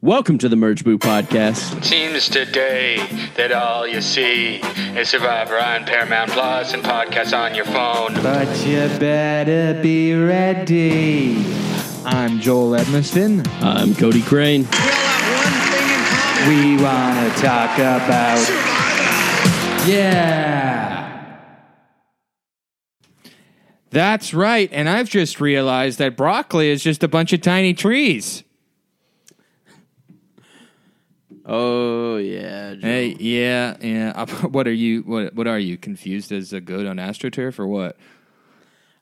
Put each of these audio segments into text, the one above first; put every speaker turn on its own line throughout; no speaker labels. Welcome to the Merge Boot Podcast.
Seems today that all you see is Survivor on Paramount Plus and podcasts on your phone.
But you better be ready. I'm Joel Edmiston.
I'm Cody Crane.
We want to talk about. Yeah! That's right. And I've just realized that broccoli is just a bunch of tiny trees.
Oh yeah, Joe.
Hey, yeah, yeah. What are you? What What are you confused as a goat on astroturf or what?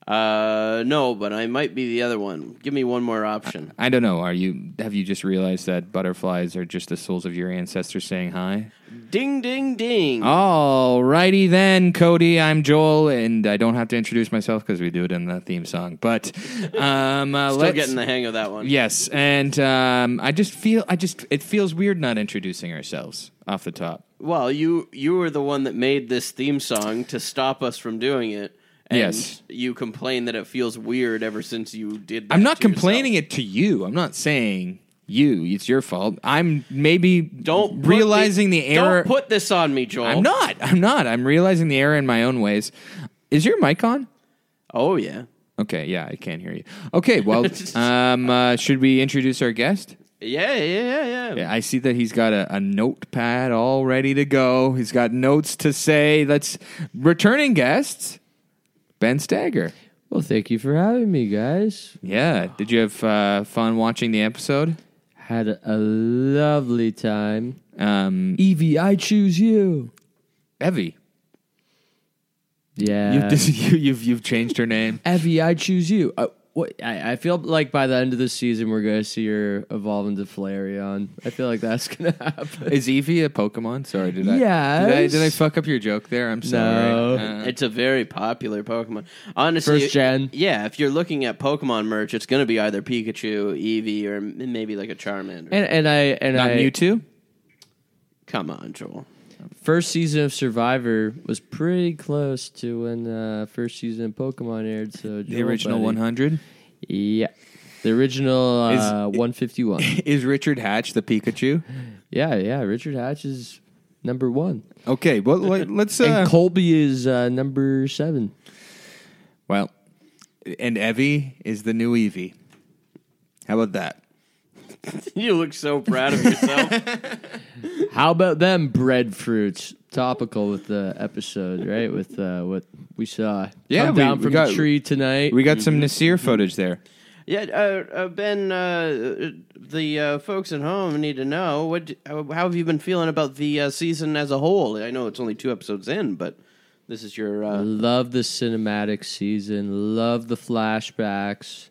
Uh, no, but I might be the other one. Give me one more option.
I don't know. Are you? Have you just realized that butterflies are just the souls of your ancestors saying hi?
Ding, ding, ding.
Oh, All righty then, Cody. I'm Joel, and I don't have to introduce myself because we do it in the theme song. But um, uh,
Still
let's,
getting the hang of that one.
yes, and um, I just feel I just it feels weird not introducing ourselves off the top.
Well, you you were the one that made this theme song to stop us from doing it. And
Yes.
You complain that it feels weird ever since you did. That
I'm not
to yourself.
complaining it to you. I'm not saying you. It's your fault. I'm maybe
Don't put
realizing the, error.
Don't put this on me, Joel.
I'm not. I'm not. I'm realizing the error in my own ways. Is your mic on?
Oh yeah.
Okay, yeah, I can't hear you. Okay, well, um, uh, should we introduce our guest?
Yeah, yeah, yeah, yeah.
I see that he's got a, a notepad all ready to go. He's got notes to say. Let's returning guests, Ben Stagger.
Well, thank you for having me, guys.
Yeah, did you have uh, fun watching the episode?
Had a lovely time.
Um,
Evie, I choose you.
Evie,
Yeah.
you've, dis- you, you've you've changed her name.
Evie, I choose you. Uh, what, I, I feel like by the end of the season, we're going to see her evolve into Flareon. I feel like that's going to happen.
Is Evie a Pokemon? Sorry, did I? Did I,
Yes.
did I fuck up your joke there? I'm sorry.
No.
Uh,
It's a very popular Pokemon. Honestly,
First gen.
Yeah, if you're looking at Pokemon merch, it's going to be either Pikachu, Eevee, or m- maybe like a Charmander.
And, and I and
not
I
Mewtwo.
Come on, Joel.
first season of Survivor was pretty close to when uh, first season of Pokemon aired. So
The original
buddy.
100
yeah, the original
Is-
uh, one fifty one.
is Richard Hatch the Pikachu.
yeah, yeah. Richard Hatch is number one.
Okay, well let- let's. Uh,
and Colby is uh, number seven.
well, and Evie is the new Evie. How about that?
You look so proud of yourself.
How about them breadfruits? Topical with the episode, right? With uh, what we saw.
Yeah,
Come
we-
down
we
from
got-
the tree tonight.
We got some Nasir footage there.
yeah, uh, uh, Ben, uh, uh, the uh, folks at home need to know what uh, how have you been feeling about the uh, season as a whole? I know it's only two episodes in, but this is your uh,
love the cinematic season. Love the flashbacks.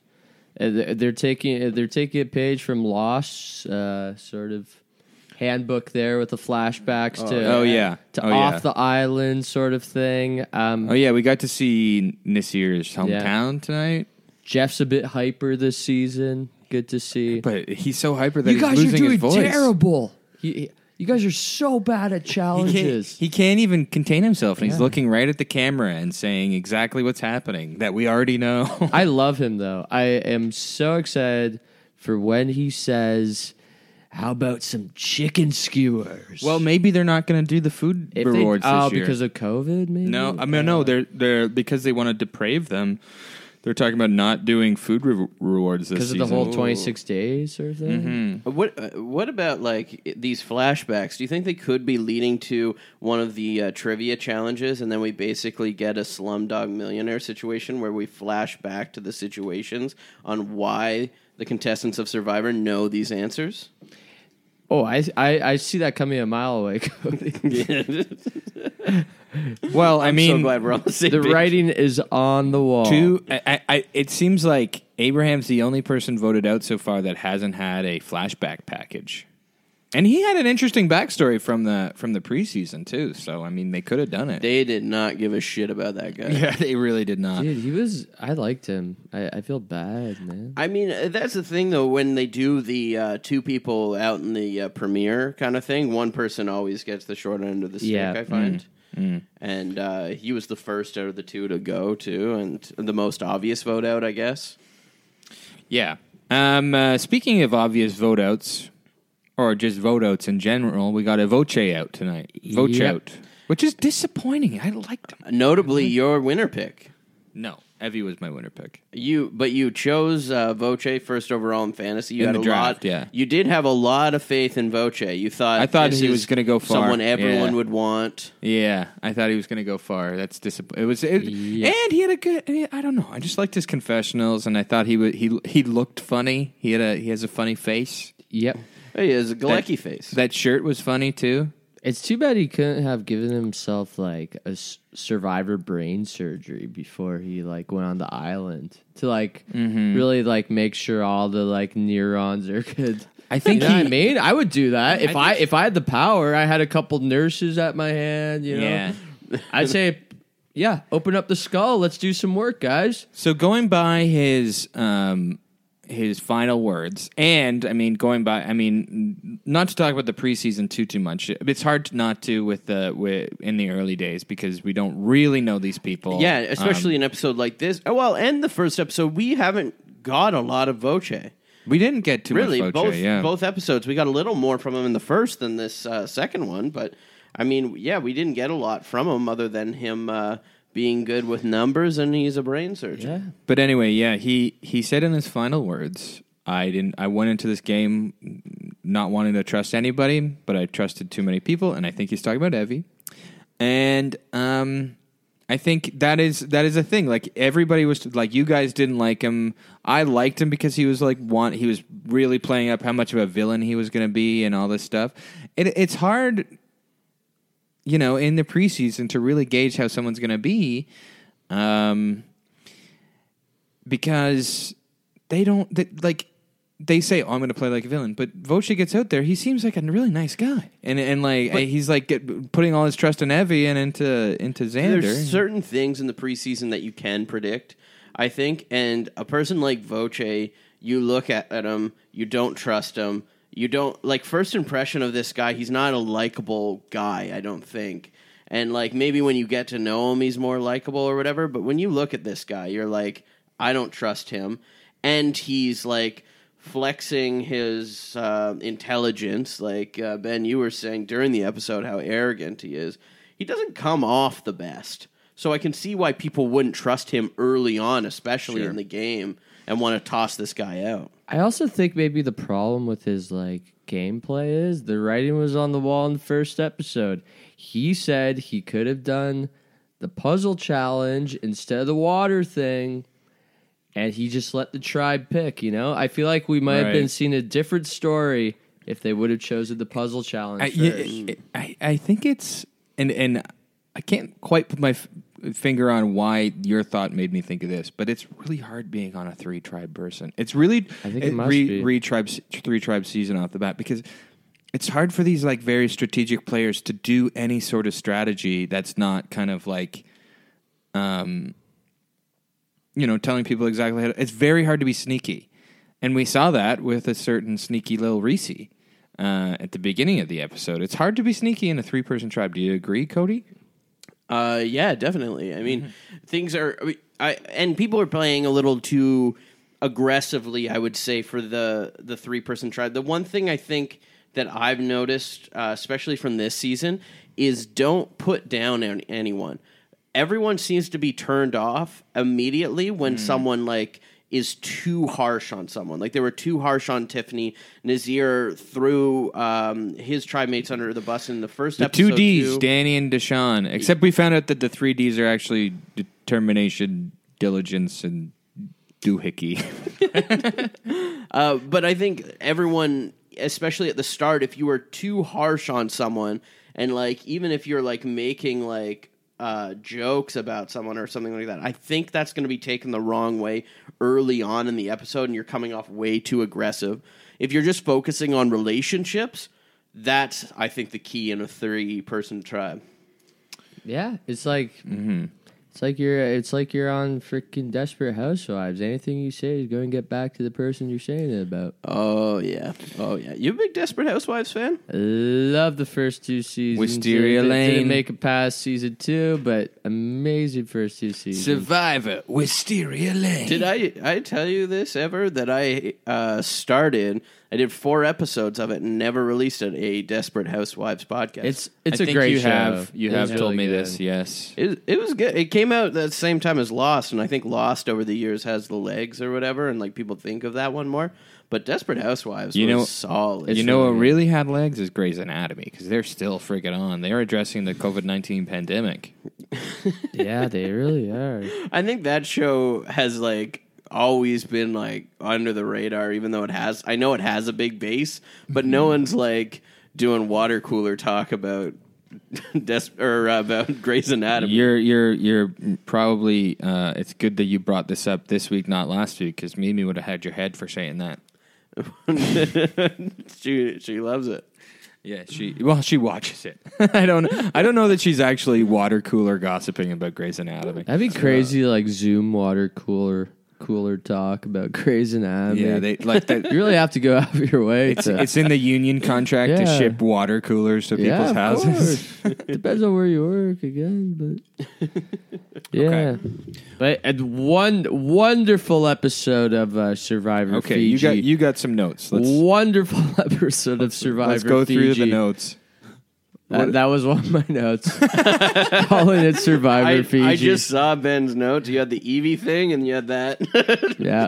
Uh, They're they're taking uh, they're taking a page from Lost, uh, sort of handbook there with the flashbacks to
yeah. Oh, yeah.
to
Oh, yeah.
off the island sort of thing. Um,
Oh yeah, we got to see Nasir's hometown tonight,
Jeff's a bit hyper this season. Good to see.
but he's so hyper that he's losing his voice.
terrible. You, you guys are so bad at
He can't,
challenges.
he can't even contain himself, and he's looking right at the camera and saying exactly what's happening that we already know.
I love him though. I am so excited for when he says, "How about some chicken skewers?"
well, maybe they're not going to do the food
If they-
rewards
oh,
this year.
because of COVID, maybe.
No, I mean no. They're they're because they want to deprave them. They're talking about not doing food re- rewards this
because of
season. Mm-hmm.
the whole twenty-six days or thing.
What uh, what about like i- these flashbacks? Do you think they could be leading to one of the uh, trivia challenges, and then we basically get a Slumdog Millionaire situation where we flash back to the situations on why the contestants of Survivor know these answers?
Oh, I, I I see that coming a mile away. Cody.
Well, I mean,
so glad we're on the same
the
page.
writing is on the wall.
two. I, I, I, it seems like Abraham's the only person voted out so far that hasn't had a flashback package, and he had an interesting backstory from the from the preseason too. So I mean, they could have done it.
They did not give a shit about that guy.
yeah, they really did not.
Dude, he was. I liked him. I, I feel bad, man.
I mean, uh, that's the thing though. When they do the uh, two people out in the uh, premiere kind of thing, one person always gets the short end of the stick.
Yeah.
Mm.
I find, and uh, he was the first out of the two to go too, and the most obvious vote out, I guess.
Yeah. Um, uh, speaking of obvious vote outs, or just vote outs in general, we got a voce out tonight. Voce
Yep.
out, which is disappointing. I liked him.
Notably,
Mm-hmm.
your winner pick.
No, Evie was my winner pick.
You, but you chose uh, Voce first overall in fantasy. You
In
had
the
a lot.
draft, yeah.
you did have a lot of faith in Voce. You thought
I thought
this
he was
is
gonna go far.
Someone everyone
Yeah.
would want.
Yeah, I thought he was going to go far. That's disappointing. It was, it,
Yeah.
and he had a good. and he- I don't know. I just liked his confessionals, and I thought he would. He he looked funny. He had a he has a funny face.
Yep.
Hey, he has a Galecki face.
That shirt was funny too.
It's too bad he couldn't have given himself like a s- survivor brain surgery before he like went on the island to like
Mm-hmm.
really like make sure all the like neurons are good.
I think
you know
he-
what I mean. I would do that if
think-
I, if I had the power. I had a couple nurses at my hand. You know,
Yeah.
I'd say, yeah, open up the skull. Let's do some work, guys.
So going by his um his final words, and I mean going by, I mean not to talk about the preseason too too much. It's hard to not to with the with in the early days because we don't really know these people.
yeah,
Um,
especially an episode like this. Oh, well, and the first episode, we haven't got a lot of Voce.
Um, we didn't get too
Really,
much. Voce,
both
yeah.
both episodes, we got a little more from him in the first than this uh, second one. But I mean, yeah, we didn't get a lot from him other than him uh, being good with numbers and he's a brain surgeon.
Yeah.
But anyway, yeah, he he said in his final words, I didn't I went into this game not wanting to trust anybody, but I trusted too many people and I think he's talking about Evie. And um I think that is that is a thing. Like everybody was like you guys didn't like him. I liked him because he was like want he was really playing up how much of a villain he was going to be and all this stuff. It it's hard you know, in the preseason to really gauge how someone's going to be um, because they don't they, like they say, "Oh, I'm going to play like a villain," but Voce gets out there. He seems like a really nice guy, and and like he's like get, putting all his trust in Evie and into into Xander.
There's certain things in the preseason that you can predict, I think. And a person like Voce, you look at, at him, you don't trust him. You don't like first impression of this guy. He's not a likable guy, I don't think. And like maybe when you get to know him, he's more likable or whatever. But when you look at this guy, you're like, I don't trust him. And he's like flexing his uh, intelligence, like uh, Ben, you were saying during the episode how arrogant he is he doesn't come off the best. So I can see why people wouldn't trust him early on, especially in the game, and want to toss this guy out.
I also think maybe the problem with his like gameplay is the writing was on the wall in the first episode. He said he could have done the puzzle challenge instead of the water thing, and he just let the tribe pick. You know, I feel like we might have
Right.
been seeing a different story if they would have chosen the puzzle challenge
I,
first.
yeah, I I think it's and and I can't quite put my f- finger on why your thought made me think of this, but it's really hard being on a three tribe person. It's really I
think it must
Eh, re,
be.
re tribe three tribe season off the bat because it's hard for these like very strategic players to do any sort of strategy that's not kind of like um, you know, telling people exactly how to, it's very hard to be sneaky. And we saw that with a certain sneaky Lil Reese uh, at the beginning of the episode. It's hard to be sneaky in a three person tribe. Do you agree, Cody?
Uh, yeah, definitely. I mean,
Mm-hmm.
things are. I, mean, I and people are playing a little too aggressively. I would say for the the three person tribe. The one thing I think that I've noticed, uh, especially from this season, is don't put down an- anyone. Everyone seems to be turned off immediately when
Mm-hmm.
someone like is too harsh on someone. Like they were too harsh on Tiffany. Nazir threw um, his tribe mates under the bus in the first
The
episode.
two D's,
too.
Danny and Deshaun. Except we found out that the three D's are actually determination, diligence, and doohickey.
Uh, but I think everyone, especially at the start, if you were too harsh on someone, and like even if you're like making like uh, jokes about someone or something like that, I think that's going to be taken the wrong way early on in the episode, and you're coming off way too aggressive. If you're just focusing on relationships, that's I think the key in a three-person tribe.
Yeah, it's like
Mm-hmm.
it's like you're it's like you're on freaking Desperate Housewives. Anything you say is going to get back to the person you're saying it about.
Oh yeah, oh yeah. You a big Desperate Housewives fan?
Love the first two seasons.
Wisteria
Didn't-
Lane.
Didn't make it past season two, but amazing first two seasons.
Survivor, Wisteria Lane.
Did I I tell you this ever that I uh, started I did four episodes of it and never released it. A Desperate Housewives podcast.
It's it's
I
a
think
great
you
show.
have you
It's
have told
really
me
good.
this. Yes,
It, it was good. It came out at the same time as Lost, and I think Lost over the years has the legs or whatever, and like people think of that one more. But Desperate Housewives,
You
was
know-
solid.
you know what really had legs is Grey's Anatomy because they're still freaking on. They're addressing the COVID nineteen pandemic.
yeah, they really are.
I think that show has like always been like under the radar, even though it has. I know it has a big base, but no
Mm-hmm.
one's like doing water cooler talk about Des- or uh, about Grey's Anatomy.
You're you're you're probably. Uh, it's good that you brought this up this week, not last week, because Mimi would have had your head for saying that.
she she loves it.
Yeah, she well, she watches it. I don't I don't know that she's actually water cooler gossiping about Grey's Anatomy.
That'd be crazy, like Zoom water cooler cooler talk about Grey's Anatomy.
yeah, they like that.
you really have to go out of your way.
It's,
to,
it's in the union contract to
Yeah.
ship water coolers to
yeah,
people's
of
houses.
course. Depends on where you work again, but yeah. But and one wonderful episode of uh, Survivor.
Okay,
Fiji.
you got you got some notes. Let's
wonderful episode of Survivor.
let's go through
Fiji.
the notes.
That, that was one of my notes. Calling it Survivor
I,
Fiji.
I just saw Ben's notes. You had the Evie thing, and you had that.
Yeah.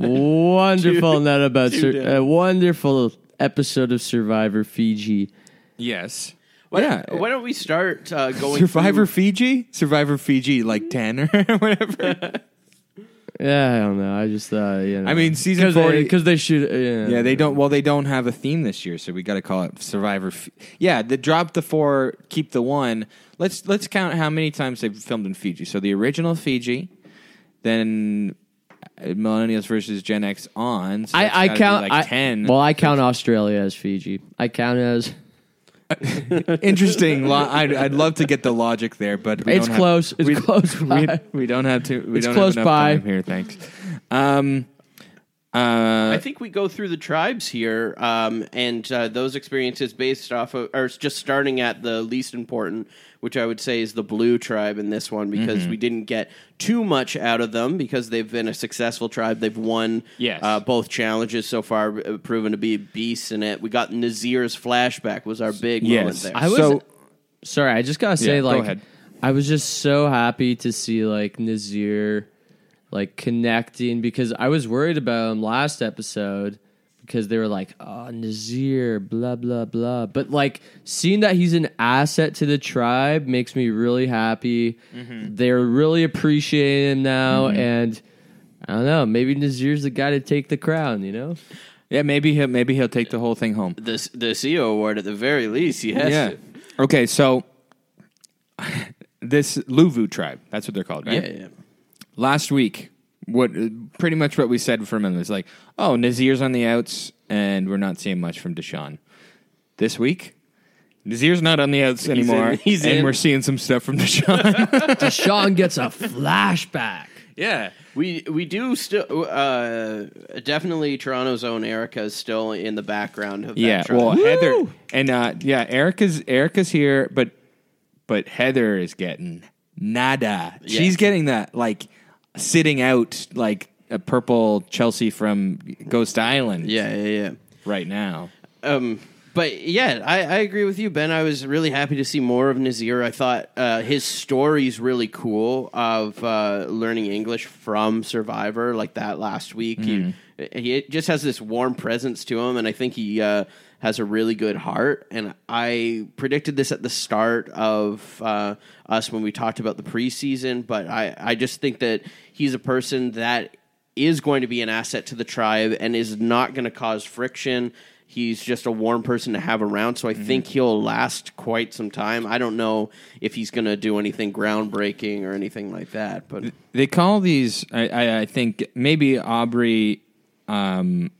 Wonderful note about
two
Sur-
down.
a wonderful episode of Survivor Fiji.
Yes.
Why,
yeah.
why don't we start uh, going
Survivor
through-
Fiji, Survivor Fiji, like ten or whatever.
Yeah, I don't know. I just thought, you know.
I mean, season
because they,
forty.
'cause they uh, should. Yeah,
yeah, they don't. Well, they don't have a theme this year, so we got to call it Survivor. F- yeah, the drop the four, keep the one. Let's let's count how many times they've filmed in Fiji. So the original Fiji, then uh, Millennials versus Gen X on. So that's
I, I
gotta be
count.
like
I,
ten.
Well, I count Australia as Fiji. I count as.
Interesting. Lo- I'd, I'd love to get the logic there, but we
It's
don't have-
close. It's
we-
close
We,
by.
we don't have to. We
It's
don't
close
have enough
by.
time here. Thanks. Um, uh,
I think we go through the tribes here, um, and uh, those experiences based off of, or just starting at the least important, which I would say is the blue tribe in this one, because
Mm-hmm.
we didn't get too much out of them because they've been a successful tribe. They've won
Yes.
uh, both challenges so far, uh, proven to be beasts in it. We got Nazir's flashback was our big moment
yes.
there.
I was-
so
Sorry, I just gotta say,
Yeah, go
like,
ahead.
I was just so happy to see like Nazir, like connecting because I was worried about him last episode because they were like, oh Nazir, blah blah blah. But like seeing that he's an asset to the tribe makes me really happy.
Mm-hmm.
They're really appreciating him now, and I don't know, maybe Nazir's the guy to take the crown. You know,
yeah, maybe he'll maybe he'll take the whole thing home.
the the CEO award at the very least, yes.
Yeah. Okay, so this Luvu tribe, that's what they're called, right?
Yeah, yeah.
Last week, what uh, pretty much what we said from him is like, oh, Nazir's on the outs, and we're not seeing much from Deshaun. This week, Nazir's not on the outs anymore,
he's
and
in.
we're seeing some stuff from Deshaun.
Deshaun gets a flashback.
yeah.
We we do still uh, definitely Toronto's own Erica is still in the background of that
Yeah,
trial.
well, Heather and uh, yeah, Erica's Erica's here, but but Heather is getting nada. She's getting that like sitting out like a purple Chelsea from Ghost Island.
yeah, yeah,
right now.
yeah. Um, but yeah, I, I agree with you, Ben. I was really happy to see more of Nazir. I thought uh, his story's really cool of uh, learning English from Survivor, like that last week. He, he just has this warm presence to him, and I think he uh, has a really good heart. And I predicted this at the start of uh, us when we talked about the preseason, but I, I just think that he's a person that is going to be an asset to the tribe and is not going to cause friction. He's just a warm person to have around, so I
Mm-hmm.
think he'll last quite some time. I don't know if he's going to do anything groundbreaking or anything like that, but
They call these. I, I, I think maybe Aubrey um,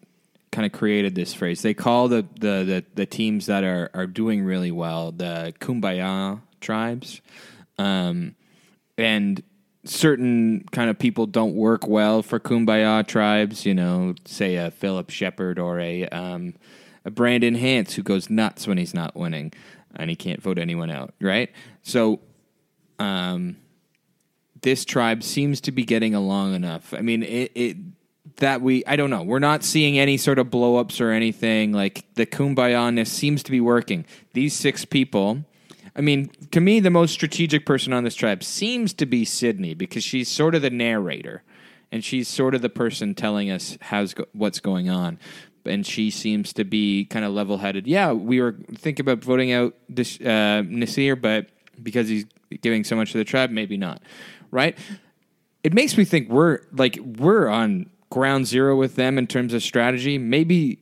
kind of created this phrase. They call the the, the, the teams that are, are doing really well the kumbaya tribes, um, and certain kind of people don't work well for kumbaya tribes. You know, say a Philip Shepard or a um, a Brandon Hance who goes nuts when he's not winning and he can't vote anyone out. Right, so. Um, this tribe seems to be getting along enough. I mean, it, it that we I don't know. We're not seeing any sort of blow ups or anything. Like the kumbaya ness seems to be working. These six people I mean, to me the most strategic person on this tribe seems to be Sydney because she's sort of the narrator and she's sort of the person telling us how's go- what's going on. And she seems to be kind of level headed. Yeah, we were thinking about voting out this, uh, Nasir, but because he's giving so much to the tribe, maybe not. Right? it makes me think we're like we're on ground zero with them in terms of strategy. Maybe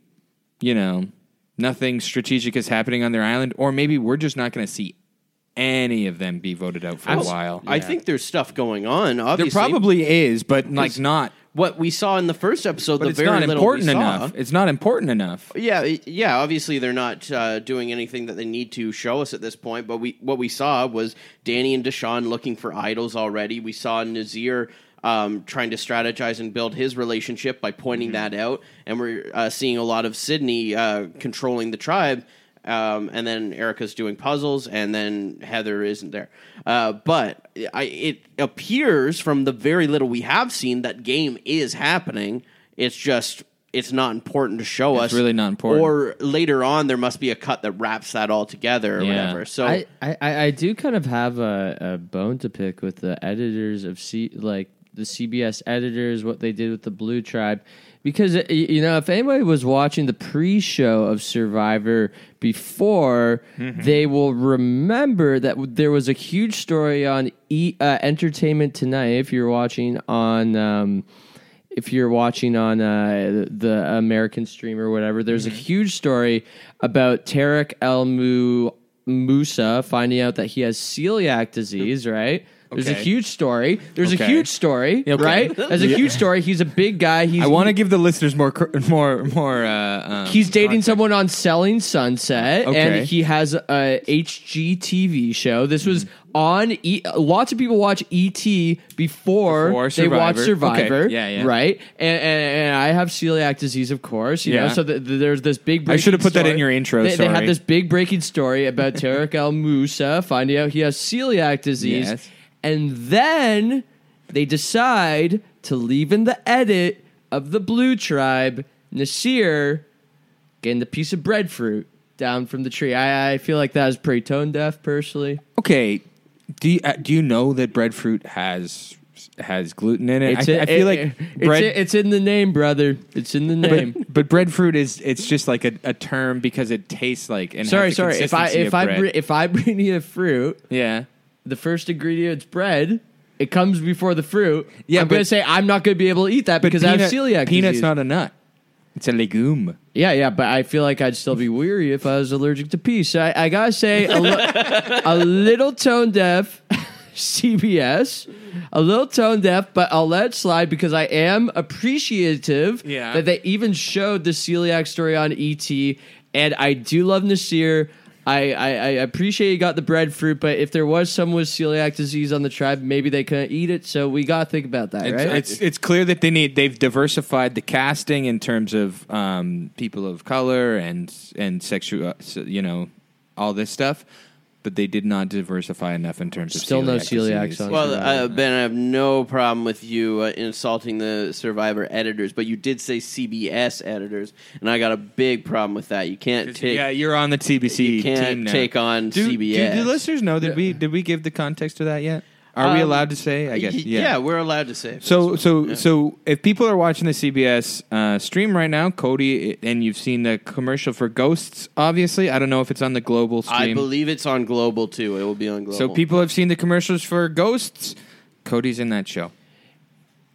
you know nothing strategic is happening on their island, or maybe we're just not going to see any of them be voted out for a while.
I think there's stuff going on.
there
Obviously,
probably is, but like not.
what we saw in the first episode.
But
the
it's
very
not
little
important
we saw,
enough. It's not important enough.
Yeah, i- yeah. Obviously, they're not uh, doing anything that they need to show us at this point. But we, what we saw was Danny and Deshaun looking for idols already. We saw Nazir um, trying to strategize and build his relationship by pointing that out, and we're uh, seeing a lot of Sydney uh, controlling the tribe. Um, and then Erica's doing puzzles, and then Heather isn't there. Uh, but I, it appears from the very little we have seen that game is happening. It's just it's not important to show us
It's really not important.
or later on there must be a cut that wraps that all together or
Yeah.
whatever so
I, I, I do kind of have a, a bone to pick with the editors of C like the CBS editors, what they did with the Blue Tribe, because uh, y- you know if anybody was watching the pre-show of Survivor before, they will remember that w- there was a huge story on e- uh, Entertainment Tonight. If you're watching on. Um, if you're watching on uh, the American stream or whatever, there's
Mm-hmm.
a huge story about Tarek El Mu- Musa finding out that he has celiac disease, right? There's a
Okay.
huge story. There's a
Okay.
huge story,
Okay.
right? There's a huge story. He's a big guy. He's
I want to give the listeners more, cr- more, more. Uh, um,
He's dating
context.
someone on Selling Sunset,
Okay.
and he has a HGTV show. This was on. E- lots of people watch ET before,
Before
they watch
Survivor. Okay.
Survivor,
Yeah, yeah.
right? And, and, and I have celiac disease, of course. You
Yeah.
know, so th- th- there's this big. Breaking
should've put that
story.
in your intro,
They, they had
sorry.
this big breaking story about Tarek El Moussa finding out he has celiac disease,
Yes.
and then they decide to leave in the edit of the Blue Tribe Nasir getting the piece of breadfruit down from the tree. I, I feel like that is pretty tone deaf, personally.
Okay, do you, uh, do you know that breadfruit has has gluten in it?
It's
I,
in-
I feel
it-
like
it-
bread.
it's, it's in the name, brother. It's in the name.
but, but breadfruit is it's just like a, a term because it tastes like and
sorry,
has the
sorry. If I
consistency
if
of
I
bread.
br- if I bring you a fruit,
yeah
the first ingredient's bread. It comes before the fruit.
Yeah,
I'm gonna
but-
say I'm not gonna be able to eat that because I have celiac
peanut's
disease.
not a nut it's a legume
Yeah, yeah, but I feel like I'd still be weary if I was allergic to peas. So I, I gotta say, a, li- a little tone deaf, CBS, a little tone deaf, but I'll let it slide because I am appreciative
Yeah.
that they even showed the celiac story on ET, and I do love Nasir. I, I, I appreciate you got the breadfruit, but if there was someone with celiac disease on the tribe, maybe they couldn't eat it. So we gotta think about that,
it's,
right?
it's it's clear that they need they've diversified the casting in terms of um, people of color and and sexual you know all this stuff but they did not diversify enough in terms of
Still no celiac
disease.
on it.
well uh, ben i have no problem with you uh, insulting the survivor editors but you did say cbs editors and i got a big problem with that you can't take
yeah, you're on the TBC
You can't
team now.
take on
do,
CBS.
Do the listeners know that we did we give the context to that yet? Are we
Um,
allowed to say? I guess
Y- yeah. we're allowed to say
So so so if people are watching the CBS uh, stream right now, Cody, and you've seen the commercial for Ghosts, obviously. I don't know if it's on the global stream.
i believe it's on global too it will be on global
so people have seen the commercials for Ghosts. Cody's in that show.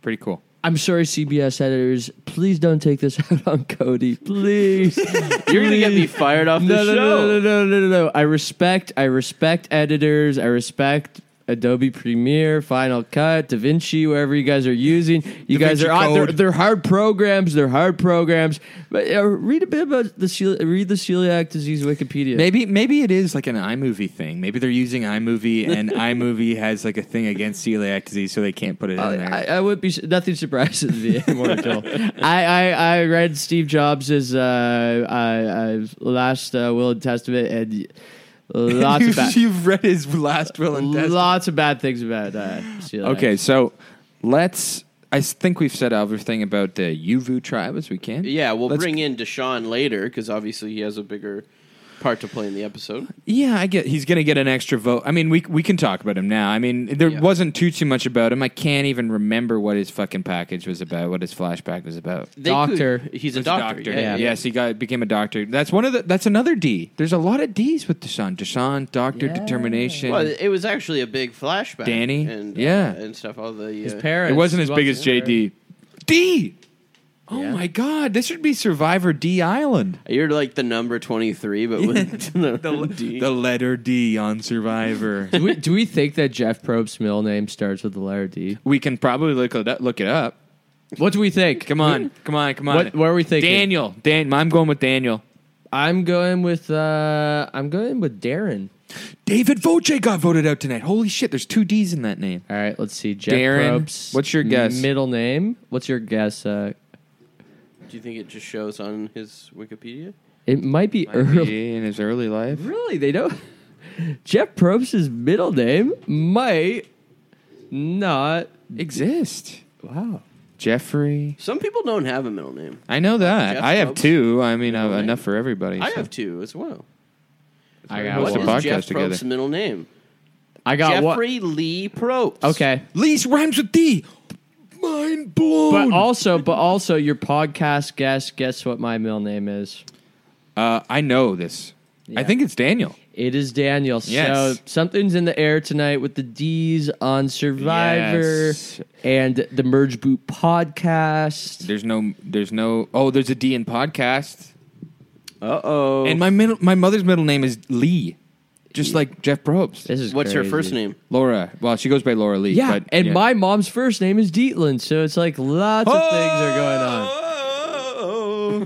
Pretty cool.
I'm sorry, CBS editors. Please don't take this out on Cody. Please.
you're gonna get me fired off the
no,
show
no, no, no, no, no, no, no. I respect, I respect editors. I respect Adobe Premiere, Final Cut, DaVinci, whatever you guys are using. You guys
DaVinci
are out- they're,
Code.
they're hard programs. They're hard programs. But uh, read a bit about the cel- read the celiac disease Wikipedia.
Maybe maybe it is like an iMovie thing. Maybe they're using iMovie, and iMovie has like a thing against celiac disease, so they can't put it in there.
Oh, I, I would be nothing surprises me anymore at all. I, I, I read Steve Jobs' uh, uh, uh, last uh, will and testament and lots of
you've,
bad,
you've read his last will and testament.
lots of bad things about uh, celiac.
Okay, so let's I s- think we've said everything about the Yuvu tribe as we can.
Yeah, we'll
Let's-
bring in Deshaun later because obviously he has a bigger part to play in the episode.
Yeah, I get. He's going to get an extra vote. I mean, we we can talk about him now. I mean, there
Yeah.
wasn't too too much about him. I can't even remember what his fucking package was about. What his flashback was about.
They
Doctor.
could- he's a
He's
doctor. Yeah, yeah.
Yes, he got became a doctor. That's one of the. That's another D. There's a lot of D's with Deshaun. Deshaun, doctor,
Yeah.
determination.
Well, it was actually a big flashback.
Danny?
and uh,
Yeah.
and stuff. All the uh,
His parents.
it wasn't as
he
big as
wasn't-
JD. D. Oh
Yeah.
my God! This should be Survivor D Island.
You're like the number twenty three, but with the, D.
The letter D on Survivor.
Do we, do we think that Jeff Probst's middle name starts with the letter D?
we can probably look it up. Look it up.
What do we think?
Come on, come on, come on.
What, what are we thinking?
Daniel, Dan, I'm going with Daniel.
I'm going with uh, I'm going with Darren.
David Voce got voted out tonight. Holy shit! There's two D's in that name.
All right, let's see. Jeff
Darren,
Probst's
what's your guess?
Middle name? What's your guess? Uh,
Do you think it just shows on his Wikipedia?
it might be early.
in his early life.
Really, they don't. Jeff Probst's middle name might not.
Exist.
Wow.
Jeffrey.
Some people don't have a middle name.
I know that.
Jeff
I have
Probst.
two. I mean, I've
name.
enough for everybody.
I
so.
have two as well.
I
How
got
was
What
the
is
one.
podcast
Jeff
together?
Probst's middle name?
I got one.
Jeffrey Lee Probst.
Okay,
Lease rhymes with D. Mind blown.
but also, but also, your podcast guest. Guess what my middle name is?
uh, I know this. I
Yeah.
think it's Daniel.
It is Daniel.
Yes.
So something's in the air tonight with the D's on Survivor
Yes.
and the Merge Boot podcast.
There's no. There's no. Oh, there's a D in podcast.
Uh oh.
And my middle, my mother's middle name is Lee, just like Jeff Probst.
This is
What's her
crazy.
first name?
Laura. Well, she goes by Laura Lee.
Yeah,
but,
and my mom's first name is Dietland, so it's like
Oh!
lots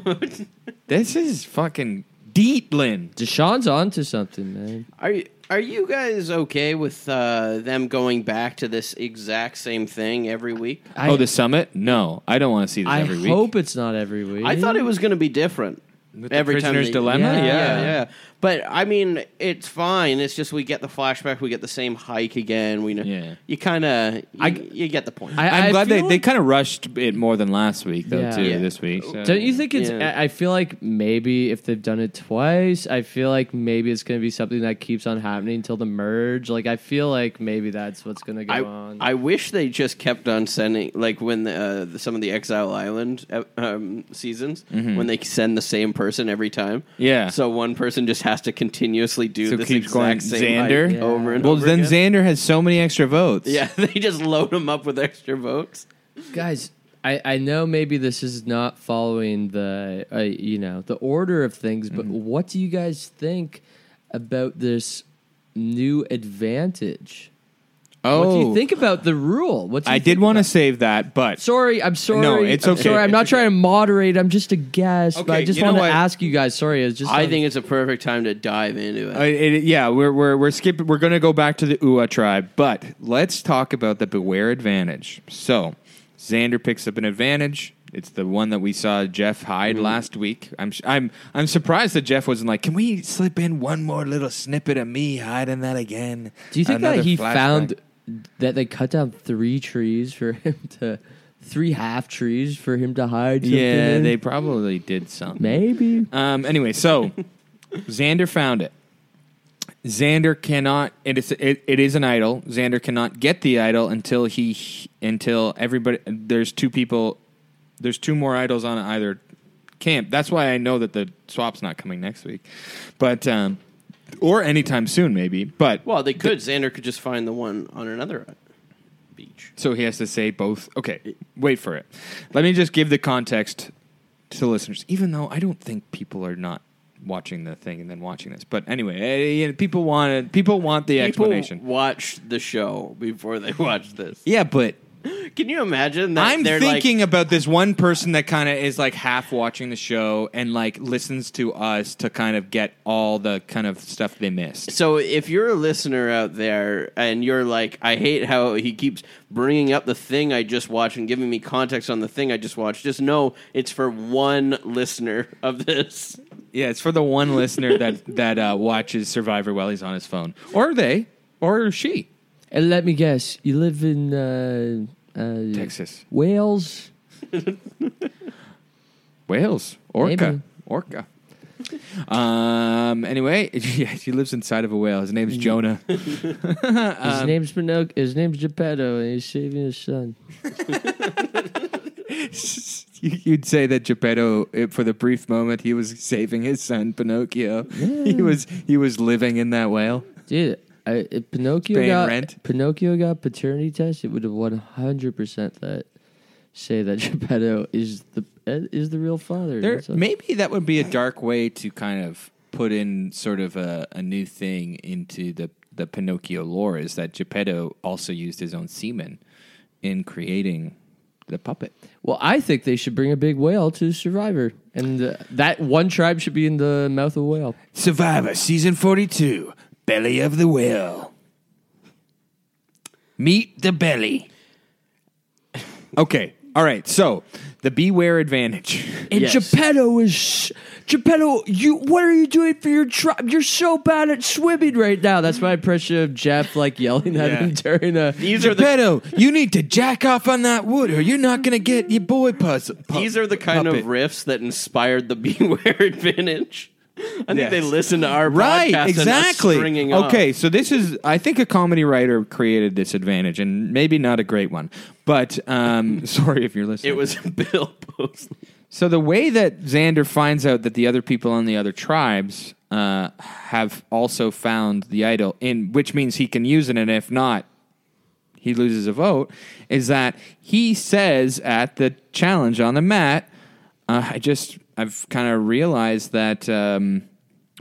of things
Oh!
are going on.
on.
This is fucking Deetlin.
Deshaun's onto something, man.
are you- are you guys okay with uh, them going back to this exact same thing every week?
I,
oh, the summit? No, I don't want to see this
I
every
hope
week.
it's not every week.
I thought it was going to be different.
Mm-hmm. the prisoner's
they-
dilemma?
yeah.
Yeah.
yeah, But I mean, it's fine. It's just we get the flashback, we get the same hike again. We know
Yeah.
you kind of
I-
you, you get the point.
I-
I'm glad they,
feel
they
like-
kind of rushed it more than last week though
Yeah.
too.
Yeah.
This week, so-
Don't you think it's?
Yeah.
I I feel like maybe if they've done it twice, I feel like maybe it's going to be something that keeps on happening until the merge. Like I feel like maybe that's what's going to go
I,
on.
I wish they just kept on sending like when the, uh, the- some of the Exile Island uh, um, seasons when they send the same person every time.
Mm-hmm. Yeah.
So one person just has to continuously do
So
this
keeps
exact
going,
same
Xander?
hike
Yeah.
over and
Well,
over
then
again.
Xander has so many extra votes.
yeah, they just load him up with extra votes.
Guys, I I know maybe this is not following the uh, you know the order of things, but
Mm-hmm.
what do you guys think about this new advantage?
Oh,
What do you think about the rule? What do you
I
think
did want to
about-
save that, but
Sorry, I'm sorry.
No, it's
I'm
okay.
sorry, I'm
It's
not trying to moderate. I'm just a guest. but
Okay,
I just
you know
want to
what?
ask you guys. Sorry, it's just
I
on-
think it's a perfect time to dive into it.
Uh, it- yeah, we're we're we're skipping. We're going to go back to the Ua tribe, but let's talk about the Beware advantage. So, Xander picks up an advantage. It's the one that we saw Jeff hide
Mm-hmm.
last week. I'm sh- I'm I'm surprised that Jeff wasn't like, "Can we slip in one more little snippet of me hiding that again?"
Do you think
Another
that he
flashback."
found that they cut down three trees for him to three half trees for him to hide? Something
Yeah,
in?
they probably did something.
maybe.
Um, anyway, so Xander found it. Xander cannot. It is. It, it is an idol. Xander cannot get the idol until he until everybody. There's two people. There's two more idols on either camp. That's why I know that the swap's not coming next week, but um, or anytime soon maybe. But
well, they could. Xander could just find the one on another beach.
So he has to say both. Okay, wait for it. Let me just give the context to the listeners, even though I don't think people are not watching the thing and then watching this. But anyway, eh, you know, people want people want the explanation.
People watch the show before they watch this.
Yeah, but
Can you imagine that?
I'm
they're like-
thinking about this one person that kind of is like half watching the show and like listens to us to kind of get all the kind of stuff they missed.
So if you're a listener out there and you're like, I hate how he keeps bringing up the thing I just watched and giving me context on the thing I just watched, just know it's for one listener of this.
Yeah, it's for the one listener that that uh, watches Survivor while he's on his phone, or they, or she.
And let me guess, you live in uh, Uh,
Texas,
Wales.
Wales,
Maybe.
orca, orca. Um. Anyway, yeah, he lives inside of a whale. His name's Jonah. Um,
His
Uh,
name's Pinocchio. His name's Geppetto, and he's saving his son.
You- You'd say that Geppetto, it- for the brief moment he was saving his son Pinocchio, he was he was living in that whale.
Dude, I, if Pinocchio
Paying
got
rent?
Pinocchio got paternity test, it would have one hundred percent that say that Geppetto is the eh, is the real father.
There,
That's a-
maybe that would be a dark way to kind of put in sort of a, a new thing into the the Pinocchio lore is that Geppetto also used his own semen in creating the puppet.
well, I think they should bring a big whale to Survivor, and uh, that one tribe should be in the mouth of a whale.
Survivor season forty two, belly of the whale. Meet the belly. Okay. All right. So the beware advantage.
And
Yes.
Geppetto is Geppetto. You, what are you doing for your tribe? You're so bad at swimming right now. That's my impression of Jeff, like yelling at him during a.
These are the
Geppetto, you need to jack off on that wood, or you're not going to get your boy puzzle. pu-
these are the kind
puppet.
of riffs that inspired the Beware Advantage. I think
Yes.
they listened to our podcast
right,
And us
exactly.
stringing up.
Okay, so this is I think a comedy writer created this advantage, and maybe not a great one, but um, sorry if you're listening.
it was Bill Postley.
so the way that Xander finds out that the other people on the other tribes uh, have also found the idol, in which means he can use it, and if not, he loses a vote, is that he says at the challenge on the mat, uh, I just, I've kind of realized that um,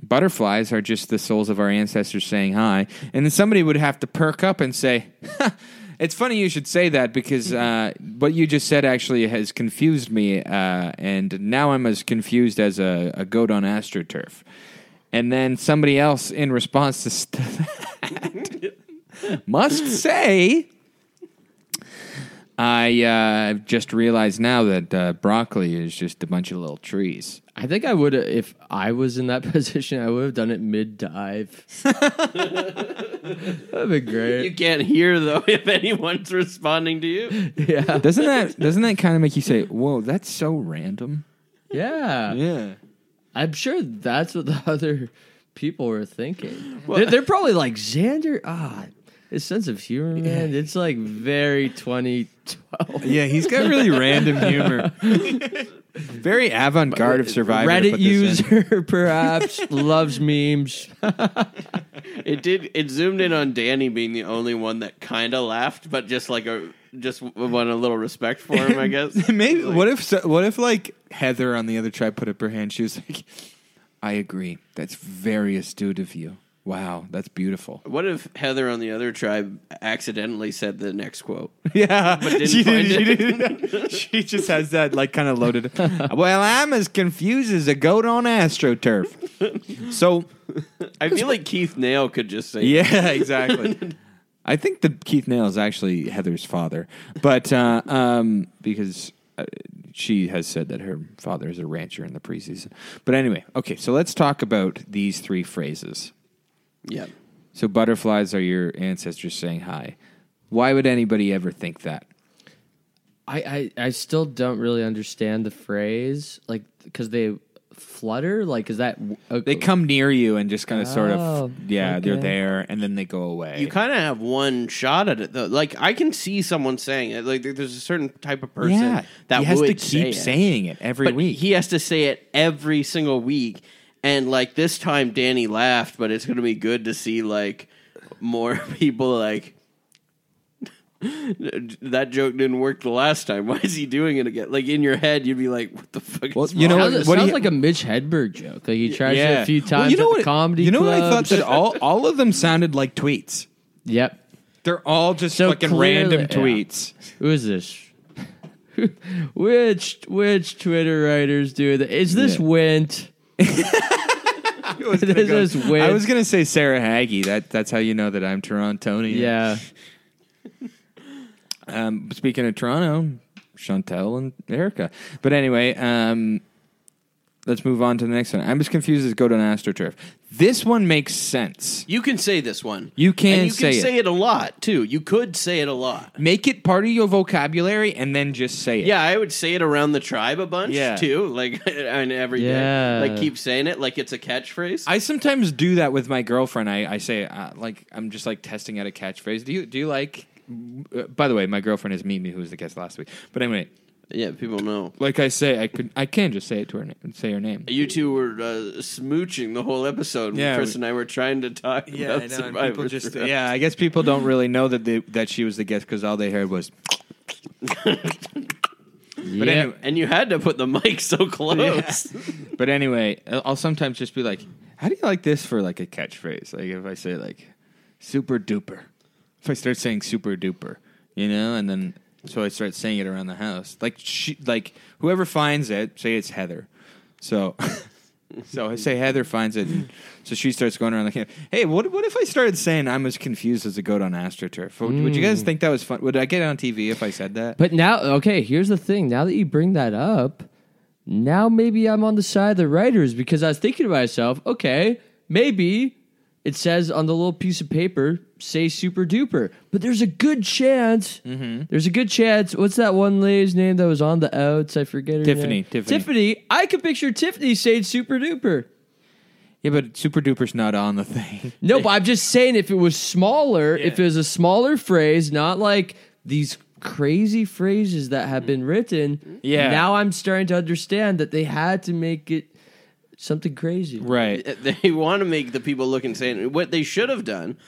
butterflies are just the souls of our ancestors saying hi. And then somebody would have to perk up and say, It's funny you should say that because uh, what you just said actually has confused me, uh, and now I'm as confused as a, a goat on astroturf. And then somebody else in response to st- must say I uh, just realized now that uh, broccoli is just a bunch of little trees.
I think I would uh, if I was in that position. I would have done it mid dive. That'd be
You
great.
can't hear though if anyone's responding to you.
Yeah,
Doesn't that doesn't that kind of make you say, "Whoa, that's so random"?
yeah.
Yeah.
I'm sure that's what the other people were thinking. they're, they're probably like Xander. Ah, his sense of humor, man. It's like very 2012.
Yeah, he's got really random humor. Very avant-garde of Survivor. to
Reddit
put this in.
user, perhaps, loves memes.
It did. It zoomed in on Danny being the only one that kind of laughed, but just like a just won a little respect for him, I guess.
Maybe what if so- what if like Heather on the other tribe put up her hand? She was like, "I agree. That's very astute of you. Wow, that's beautiful."
What if Heather on the other tribe accidentally said the next quote?
Yeah, but
didn't
she,
find
she,
it.
didn't- she just has that like kind of loaded. well, I'm as confused as a goat on astroturf. So
I feel like Keith Nail could just say,
yeah, exactly. I think the Keith Nail is actually Heather's father, but uh, um, because uh, she has said that her father is a rancher in the preseason. But anyway, okay, so let's talk about these three phrases.
yeah.
So butterflies are your ancestors saying hi. Why would anybody ever think that?
I, I I still don't really understand the phrase, like because they flutter. Like, is that uh, okay.
They come near you and just kind of sort
Oh,
of yeah, they're
okay.
there and then they go away.
You kind of have one shot at it though. Like I can see someone saying it. Like there- there's a certain type of person
yeah,
that
he has
would
to keep
say it.
saying it every
but
week.
he has to say it every single week. And like this time, Danny laughed, but it's gonna be good to see like more people like that joke didn't work the last time. Why is he doing it again? Like in your head, you'd be like, "What the fuck?"
Well,
is
you know
wrong?
Sounds,
what-
it
what do
sounds
you-
like a Mitch Hedberg joke. Like he tries it a few times
Well,
at the comedy
You know what I thought
clubs.
that all all of them sounded like tweets.
Yep.
They're all just
So
fucking
clearly-
random
yeah.
tweets.
Who is this? which which Twitter writers do that? Is this
Yeah.
Wint? this is Wint.
I was gonna say Sarah Haggy. That that's how you know that I'm Torontonian.
yeah.
Um, speaking of Toronto, Chantel and Erica. But anyway, um, Let's move on to the next one. I'm as confused as go to an astroturf. This one makes sense.
You can say this one.
You can
and you
say
can
it.
say it a lot too. You could say it a lot.
Make it part of your vocabulary and then just say it.
Yeah, I would say it around the tribe a bunch
Yeah.
too, like and every day.
Yeah.
like keep saying it like it's a catchphrase.
I sometimes do that with my girlfriend. I, I say uh, like I'm just like testing out a catchphrase. Do you do you like? uh, by the way, my girlfriend is Mimi, who was the guest last week. But anyway,
yeah, people know.
like I say, I could I can just say it to her na- say her name.
You two were uh, smooching the whole episode. when
Yeah,
Chris
we-
and I were trying to talk. about Survivor Draft.
yeah. I guess people don't really know that they, that she was the guest because all they heard was. But
Yeah.
anyway,
And you had to put the mic so close.
but anyway, I'll I'll sometimes just be like, "How do you like this for like a catchphrase?" Like if I say like "super duper," if I start saying "super duper," you know, and then so I start saying it around the house. Like she, like whoever finds it, say it's Heather. So. So I say Heather finds it, and so she starts going around the camp. Hey, what what if I started saying I'm as confused as a goat on astroturf? Would, would you guys think that was fun? Would I get on TV if I said that?
But now, okay, here's the thing. Now that you bring that up, now maybe I'm on the side of the writers because I was thinking to myself, okay, maybe it says on the little piece of paper, say super duper, but there's a good chance.
Mm-hmm.
There's a good chance. What's that one lady's name that was on the outs? I forget her
Tiffany,
name.
Tiffany.
Tiffany. I could picture Tiffany saying super duper.
yeah, but super duper's not on the thing.
No, but I'm just saying if it was smaller, if it was a smaller phrase, not like these crazy phrases that have been written.
Yeah.
Now I'm starting to understand that they had to make it something crazy.
Right.
they want to make the people look insane. What they should have done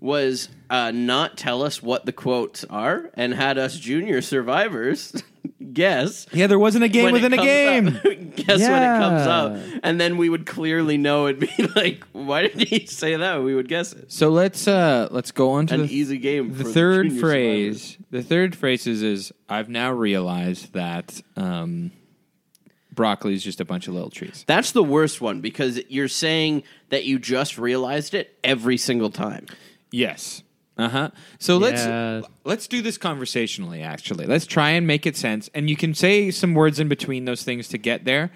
was uh, not tell us what the quotes are and had us junior survivors guess.
Yeah, there wasn't a game
when it
within a
comes
game.
up. guess when it comes
Yeah.
up. And then we would clearly know it'd be like, why did he say that? We would guess it.
So let's uh let's go on to
An
the,
easy game.
the
for
third
junior
phrase.
survivors.
The third phrase is, is I've now realized that um broccoli is just a bunch of little trees.
That's the worst one because you're saying that you just realized it every single time.
Yes. Uh-huh. So
Yeah.
let's let's do this conversationally actually. Let's try and make it sense and you can say some words in between those things to get there,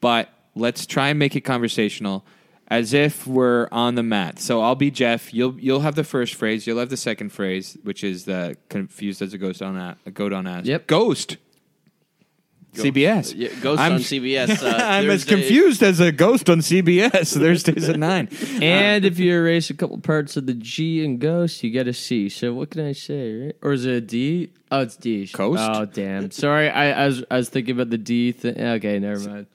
but let's try and make it conversational as if we're on the mat. So I'll be Jeff, you'll you'll have the first phrase, you'll have the second phrase, which is the confused as a ghost on a, a goat on a
Yep.
ghost. CBS.
Yeah, Ghost
I'm-
on CBS. Uh,
I'm as
Thursday-
confused as a ghost on CBS Thursdays at 9.
And if you erase a couple parts of the G and ghost, you get a C. So what can I say, right? Or is it a D? Oh, it's D.
Coast?
Oh, damn. Sorry, I, I, was, I was thinking about the D thing. Okay, never mind.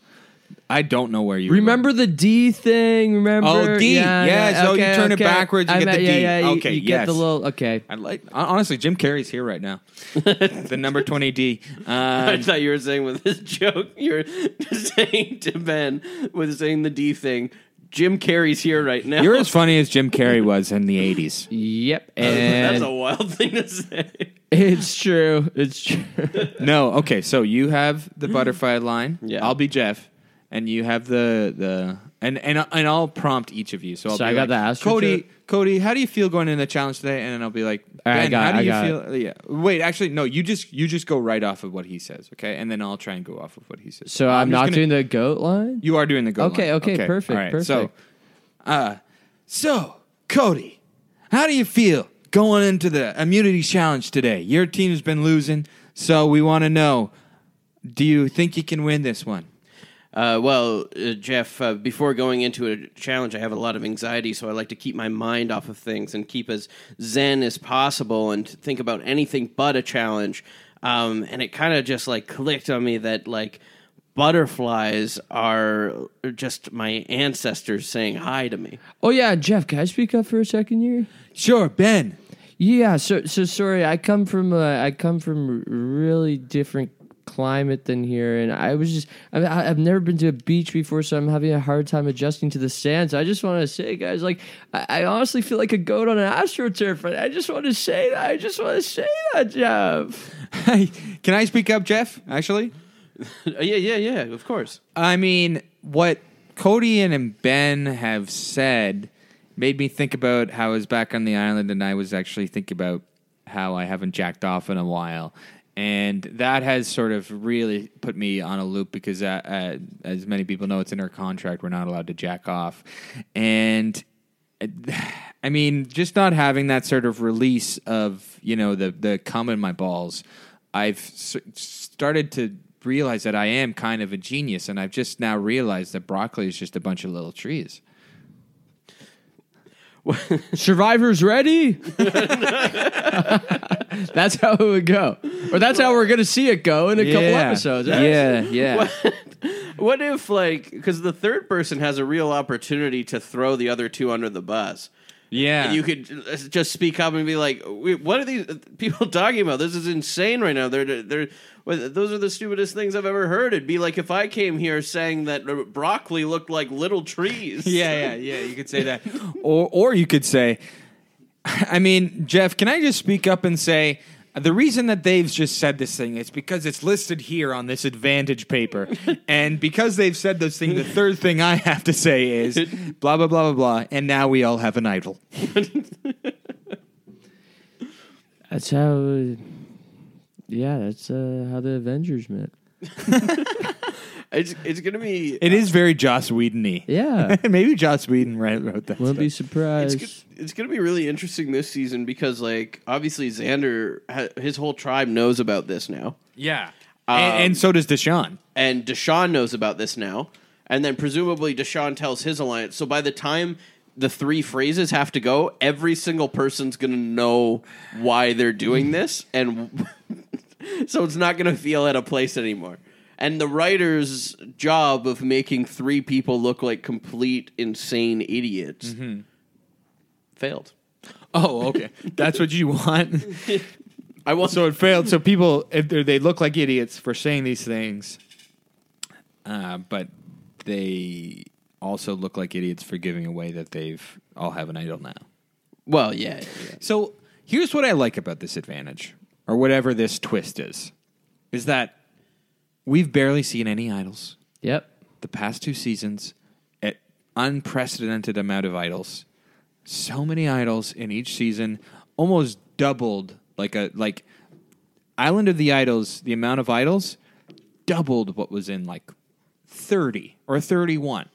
I don't know where you were.
Remember the D thing? Remember?
Oh, D. Yeah, so you turn it backwards, you get
meant-
the
yeah,
D.
yeah, you-
Okay,
you get the
yes.
little. Okay,
I like hon- honestly, Jim Carrey's here right now. the number twenty D.
I
Um,
thought you were saying with this joke, you're saying to Ben with saying the D thing. Jim Carrey's here right now.
you're as funny as Jim Carrey was in the eighties.
Yep,
That's
and
a wild thing to say.
it's true. It's true.
No, okay. So you have the
Mm.
butterfly line.
Yeah.
I'll be Jeff, and you have the the and and and I'll prompt each of you. So, I'll
So
be
I got
like,
the astro
Cody.
chip?
Cody, how do you feel going in the challenge today? And then I'll be like,
All right, I
Ben,
got it,
how do
I
you
got
feel? Yeah. Wait, actually, no. You just you just go right off of what he says, okay? And then I'll try and go off of what he says.
So I'm,
just
not
gonna-
doing the goat line.
You are doing the go.
Okay,
line.
okay, perfect,
all
perfect.
So, uh, so Cody, how do you feel going into the immunity challenge today? Your team's been losing, so we want to know: Do you think you can win this one?
Uh, well, uh, Jeff, uh, before going into a challenge, I have a lot of anxiety, so I like to keep my mind off of things and keep as zen as possible and to think about anything but a challenge. Um, and it kind of just like clicked on me that like butterflies are just my ancestors saying hi to me.
Oh yeah, Jeff, can I speak up for a second here?
Sure, Ben.
Yeah. So so sorry. I come from a, I come from really different climate than here, and I was just I, I- I've never been to a beach before, so I'm having a hard time adjusting to the sands. I just want to say, guys, like I, I honestly feel like a goat on an astroturf. I just want to say that. I just want to say that, Jeff.
can I speak up, Jeff? Actually,
Uh, yeah, yeah, yeah, of course.
I mean, what Cody and- and Ben have said made me think about how I was back on the island and I was actually thinking about how I haven't jacked off in a while. and that has sort of really put me on a loop because, uh, uh, as many people know, it's in our contract we're not allowed to jack off, and I mean, just not having that sort of release of you know the the cum in my balls, I've s- started to realize that I am kind of a genius, and I've just now realized that broccoli is just a bunch of little trees.
Survivor's ready. that's how it would go, or that's how we're gonna see it go in a couple episodes. right?
Yeah, yeah.
What if like because the third person has a real opportunity to throw the other two under the bus?
Yeah.
And you could j- uh, just speak up and be like, "We- "What are these uh, people talking about? This is insane right now. They're they're what- those are the stupidest things I've ever heard." It'd be like if I came here saying that uh, broccoli looked like little trees.
yeah, yeah, yeah. You could say that, or or you could say, I mean, Jeff, can I just speak up and say the reason that they've just said this thing is because it's listed here on this advantage paper, and because they've said this thing, the third thing I have to say is blah blah blah blah blah, and now we all have an idol.
That's how. Yeah, that's uh, how the Avengers met.
it's it's gonna be
It is very Joss Whedon-y.
Yeah,
Maybe Joss Whedon wrote wrote that.
wouldn't be
stuff.
surprised.
It's, go- it's going to be really interesting this season because, like, obviously Xander, ha- his whole tribe knows about this now,
yeah, and, and so does Deshaun.
and Deshaun knows about this now, and then presumably Deshaun tells his alliance. So by the time the three phrases have to go, every single person's going to know why they're doing this, and so it's not going to feel out of place anymore. And the writer's job of making three people look like complete insane idiots failed.
Oh, okay, that's what you want.
I want
so it failed. So people, if they're- they look like idiots for saying these things, uh, but they also look like idiots for giving away that they've all have an idol now.
Well, yeah, yeah, yeah.
So here's what I like about this advantage, or whatever this twist is, is that we've barely seen any idols
yep.
the past two seasons at unprecedented amount of idols. So many idols in each season, almost doubled like a like Island of the Idols, the amount of idols doubled what was in like 30 or 31.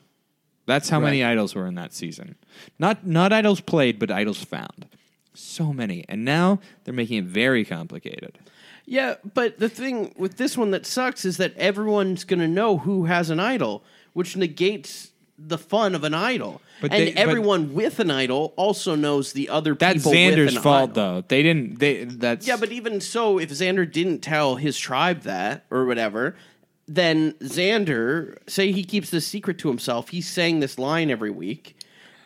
That's how many idols were in that season. Not not idols played, but idols found. So many. And now they're making it very complicated.
Yeah, but the thing with this one that sucks is that everyone's going to know who has an idol, which negates the fun of an idol.
But
and
they- but-
everyone with an idol also knows the other
That's
people. with
Xander's
an
fault
idol.
though. They didn't they that's
Yeah, but even so, if Xander didn't tell his tribe that or whatever, then Xander, say he keeps this secret to himself, he's saying this line every week,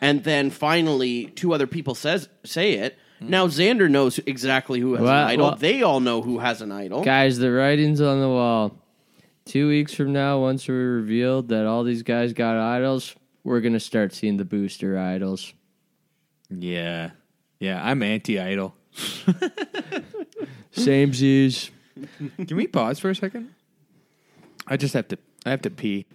and then finally two other people says say it.
Hmm.
Now Xander knows exactly who has
Well,
an idol.
well-
they all know who has an idol.
Guys, the writing's on the wall. Two weeks from now, once we revealed that all these guys got idols, we're gonna start seeing the booster idols.
Yeah. Yeah, I'm anti idol.
Same Z's.
Can we pause for a second? I just have to I have to pee.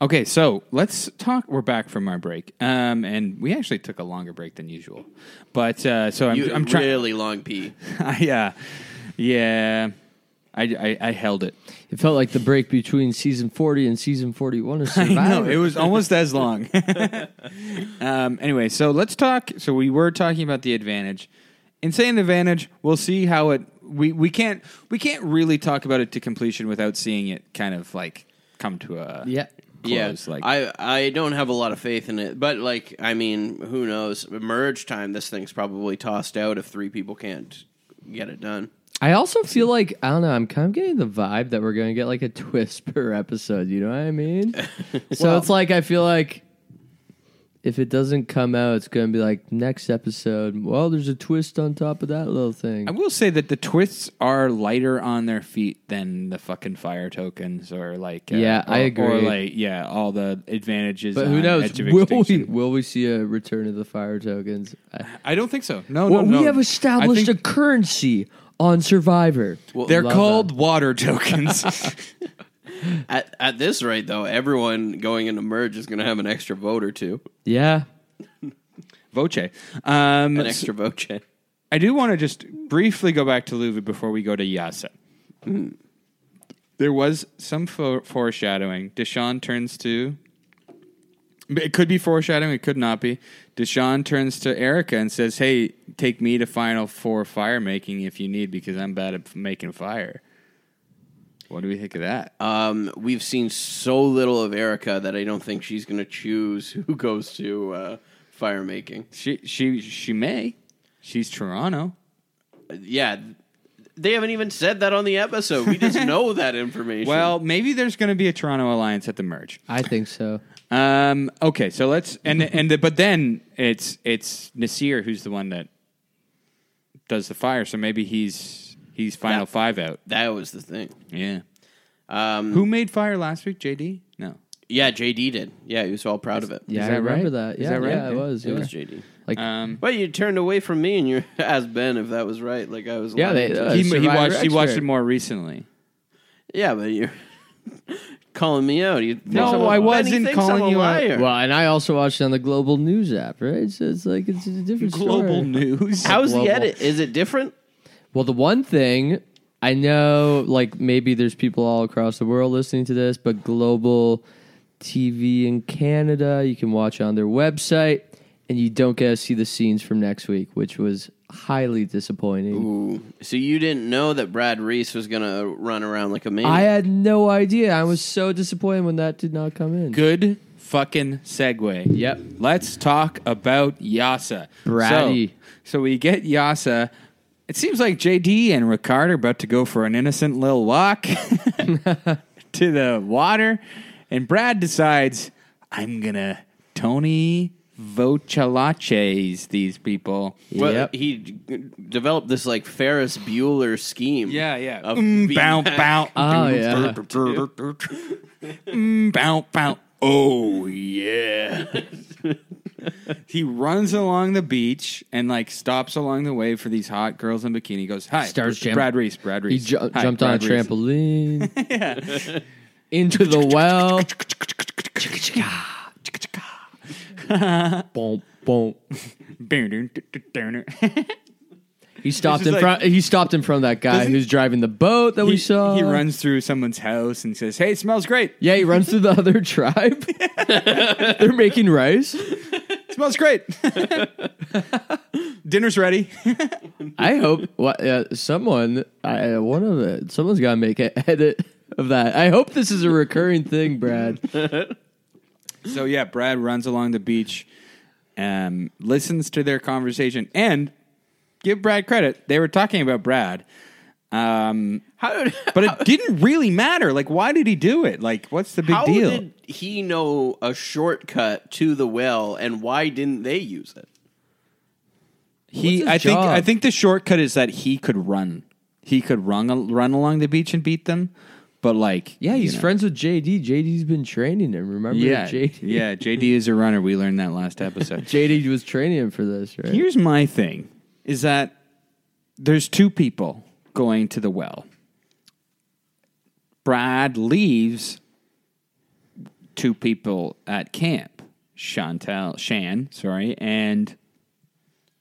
Okay, so let's talk. We're back from our break, um, and we actually took a longer break than usual. But uh, so I'm,
You,
I'm trying.
really long pee.
yeah, yeah. I, I I held it.
It felt like the break between season forty and season forty-one of
No,
Survivor.
it was almost as long. um, anyway, so let's talk. So we were talking about the advantage. In saying the advantage, we'll see how it. We, we can't we can't really talk about it to completion without seeing it kind of like come to a
Yeah.
close.
yeah,
like
I I don't have a lot of faith in it, but like I mean, who knows? Merge time, this thing's probably tossed out if three people can't get it done.
I also feel like I don't know. I'm kind of getting the vibe that we're gonna get like a twist per episode. You know what I mean? so it's like I feel like if it doesn't come out, it's gonna be like next episode. Well, there's a twist on top of that little thing.
I will say that the twists are lighter on their feet than the fucking fire tokens or like uh,
Yeah, I
or- Or
agree.
like yeah, all the advantages.
but who
on
knows?
Edge of
Will we
Extinction.
will we see a return of the fire tokens? I-
I don't think so. No,
well,
no, no.
we have established
I
a
think
currency on Survivor.
they're
Love
called water tokens.
At at this rate, though, everyone going into merge is going to have an extra vote or two,
yeah.
Voce. Um,
an extra vote. check.
I do want to just briefly go back to Luvi before we go to Yasa. There was some fo- foreshadowing. Deshaun turns to. It could be foreshadowing. It could not be. Deshaun turns to Erica and says, "Hey, take me to Final Four fire making if you need, because I'm bad at f- making fire." What do we think of that? Uh,
Um, we've seen so little of Erica that I don't think she's going to choose who goes to uh, fire making.
she she she may. She's Toronto.
Yeah, they haven't even said that on the episode. We just know that information.
Well, maybe there's going to be a Toronto alliance at the merge.
I think so.
Um, okay, so let's and and but then it's it's Nasir who's the one that does the fire, so maybe he's he's final
Yeah.
five out.
that was the thing.
Yeah.
Um,
Who made fire last week? JD? No.
yeah, JD did. Yeah, he was all proud of it.
Yeah,
Is
I
that
remember
right?
that.
Is
Yeah,
that right?
yeah, it
Yeah.
was.
It
yeah.
was JD.
Like,
Um,
Well, you turned away from me and you asked Ben if that was right. Like I was.
Yeah,
lying
they-
to you.
uh,
he, he
Survivor
watched he watched it
expert.
more recently.
yeah, but you're calling me out. You think
No,
I'm a-
I
Ben, he
wasn't
thinks I'm
calling
a
you out.
liar.
well, and I also watched it on the Global News app, right? So it's like it's a different
Global
story.
news.
How's
Global.
the edit? Is it different?
Well, the one thing I know, like maybe there's people all across the world listening to this, but global TV in Canada, you can watch on their website, and you don't get to see the scenes from next week, which was highly disappointing.
Ooh. So you didn't know that Brad Reese was gonna run around like a man.
I had no idea. I was so disappointed when that did not come in.
Good fucking segue.
Yep.
Let's talk about Yasa.
Bratty.
So, so we get Yasa. It seems like JD and Ricard are about to go for an innocent little walk to the water. And Brad decides, I'm going to Tony Vocalaces these people.
well,
Yep.
he d- developed this like Ferris Bueller scheme.
Yeah, yeah.
Of
Mm,
being
bow,
back.
bow.
Oh, yeah.
mm, bow, bow. Oh, yeah. he runs along the beach and, like, stops along the way for these hot girls in bikini. He goes, hi.
Starts jump-
Brad Reese, Brad
He
Reese.
ju-
Hi,
jumped on a
Brad Reese.
trampoline into the well. Boom, boom. He stopped
just
in
like-
front. He stopped in front of that guy
Doesn't-
who's driving the boat that
he,
we saw.
he runs through someone's house and says, hey, it smells great.
Yeah, he runs through the other tribe. They're making rice.
It smells great. Dinner's ready.
I hope wha- uh, someone, I, one of the, someone's got to make an edit of that. I hope this is a recurring thing, Brad.
So yeah, Brad runs along the beach, um, listens to their conversation, and give Brad credit. They were talking about Brad, um,
How did,
but it didn't really matter. Like, why did he do it? Like, what's the big
how
deal?
did he know a shortcut to the well, and why didn't they use it?
What's
he,
his
I think,
job?
I think the shortcut is that he could run. He could run run along the beach and beat them. But like,
Yeah, he's
you know.
friends with JD. JD's been training him. Remember,
Yeah,
JD.
yeah. JD is a runner. We learned that last episode.
JD was training him for this, right?
Here's my thing is that there's two people going to the well. Brad leaves two people at camp. Chantal Shan, sorry, and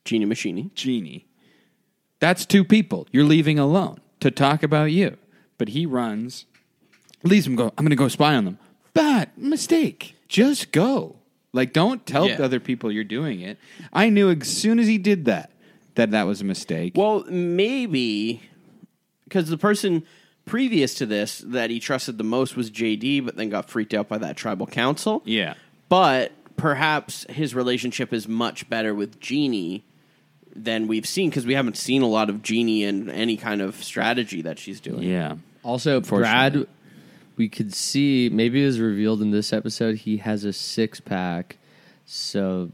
Genie Machini.
Jeannie. That's two people you're leaving alone to talk about you. But he runs, leaves them. Go. I'm going to go spy on them. Bad mistake. Just go. Like, don't tell
Yeah.
the other people you're doing it. I knew as soon as he did that that that was a mistake.
Well, maybe because the person previous to this that he trusted the most was JD, but then got freaked out by that tribal council.
yeah.
But perhaps his relationship is much better with Jeannie than we've seen because we haven't seen a lot of Jeannie and any kind of strategy that she's doing.
Yeah.
Also, Brad, we could see maybe it was revealed in this episode he has a six pack. So,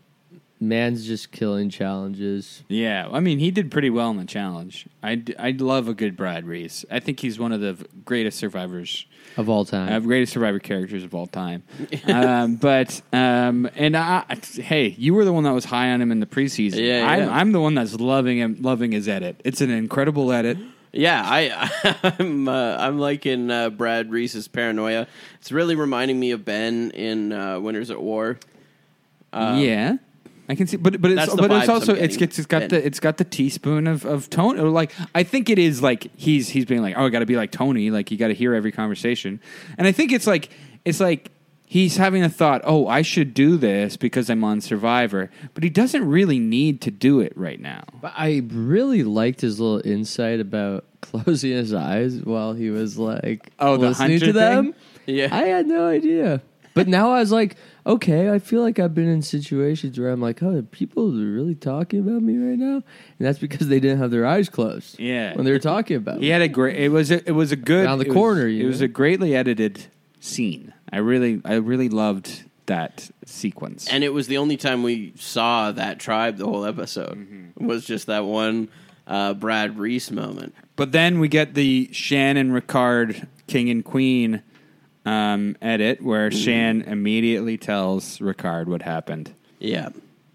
man's just killing challenges.
Yeah. I mean, he did pretty well in the challenge. I I love a good Brad Reese. I think he's one of the v- greatest survivors
Of all time,
uh, greatest survivor characters of all time. um, but um, and I, hey, you were the one that was high on him in the preseason.
Yeah, yeah.
I'm, I'm the one that's loving him, loving his edit. It's an incredible edit.
Yeah, I, I'm uh, I'm liking uh, Brad Reese's paranoia. It's really reminding me of Ben in uh, Winners at War.
yeah, I can see, but but it's
That's the
but it's
vibes
also
I'm
it's
getting,
it's got
Ben.
the it's got the teaspoon of of tone. Or like I think it is like he's he's being like oh I got to be like Tony like you got to hear every conversation, and I think it's like it's like he's having a thought oh I should do this because I'm on Survivor, but he doesn't really need to do it right now.
But I really liked his little insight about closing his eyes while he was like,
Oh, the
listening
hunter
to them.
thing? Yeah.
I had no idea. But now I was like, okay, I feel like I've been in situations where I'm like, oh, are people really talking about me right now, and that's because they didn't have their eyes closed.
Yeah.
when they were talking about
He
me.
had a great. It was a, it was a good
Around the
it was-
corner, you
it was
know?
a greatly edited scene. I really I really loved that sequence.
and it was the only time we saw that tribe the whole episode was just that one uh, Brad Reese moment.
But then we get the Shannon Ricard King and Queen um, edit where Shan immediately tells Ricard what happened.
Yeah.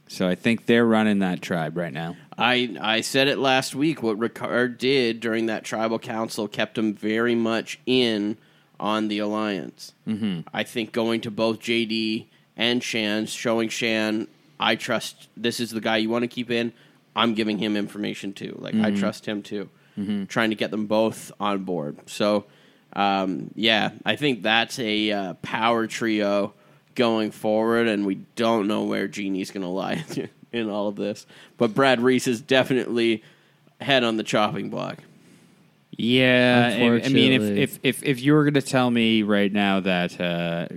So I think they're running that tribe right now.
I I said it last week. What Ricard did during that tribal council kept him very much in on the alliance. Mm-hmm. I think going to both JD and Shan, showing Shan, I trust this is the guy you want to keep in. I'm giving him information too. Like I trust him too. Trying to get them both on board. So um, yeah, I think that's a uh, power trio going forward, and we don't know where Genie's going to lie in all of this. But Brad Reese is definitely head on the chopping block.
Yeah, I- I mean, if
Unfortunately.
if if, if you were going to tell me right now that uh,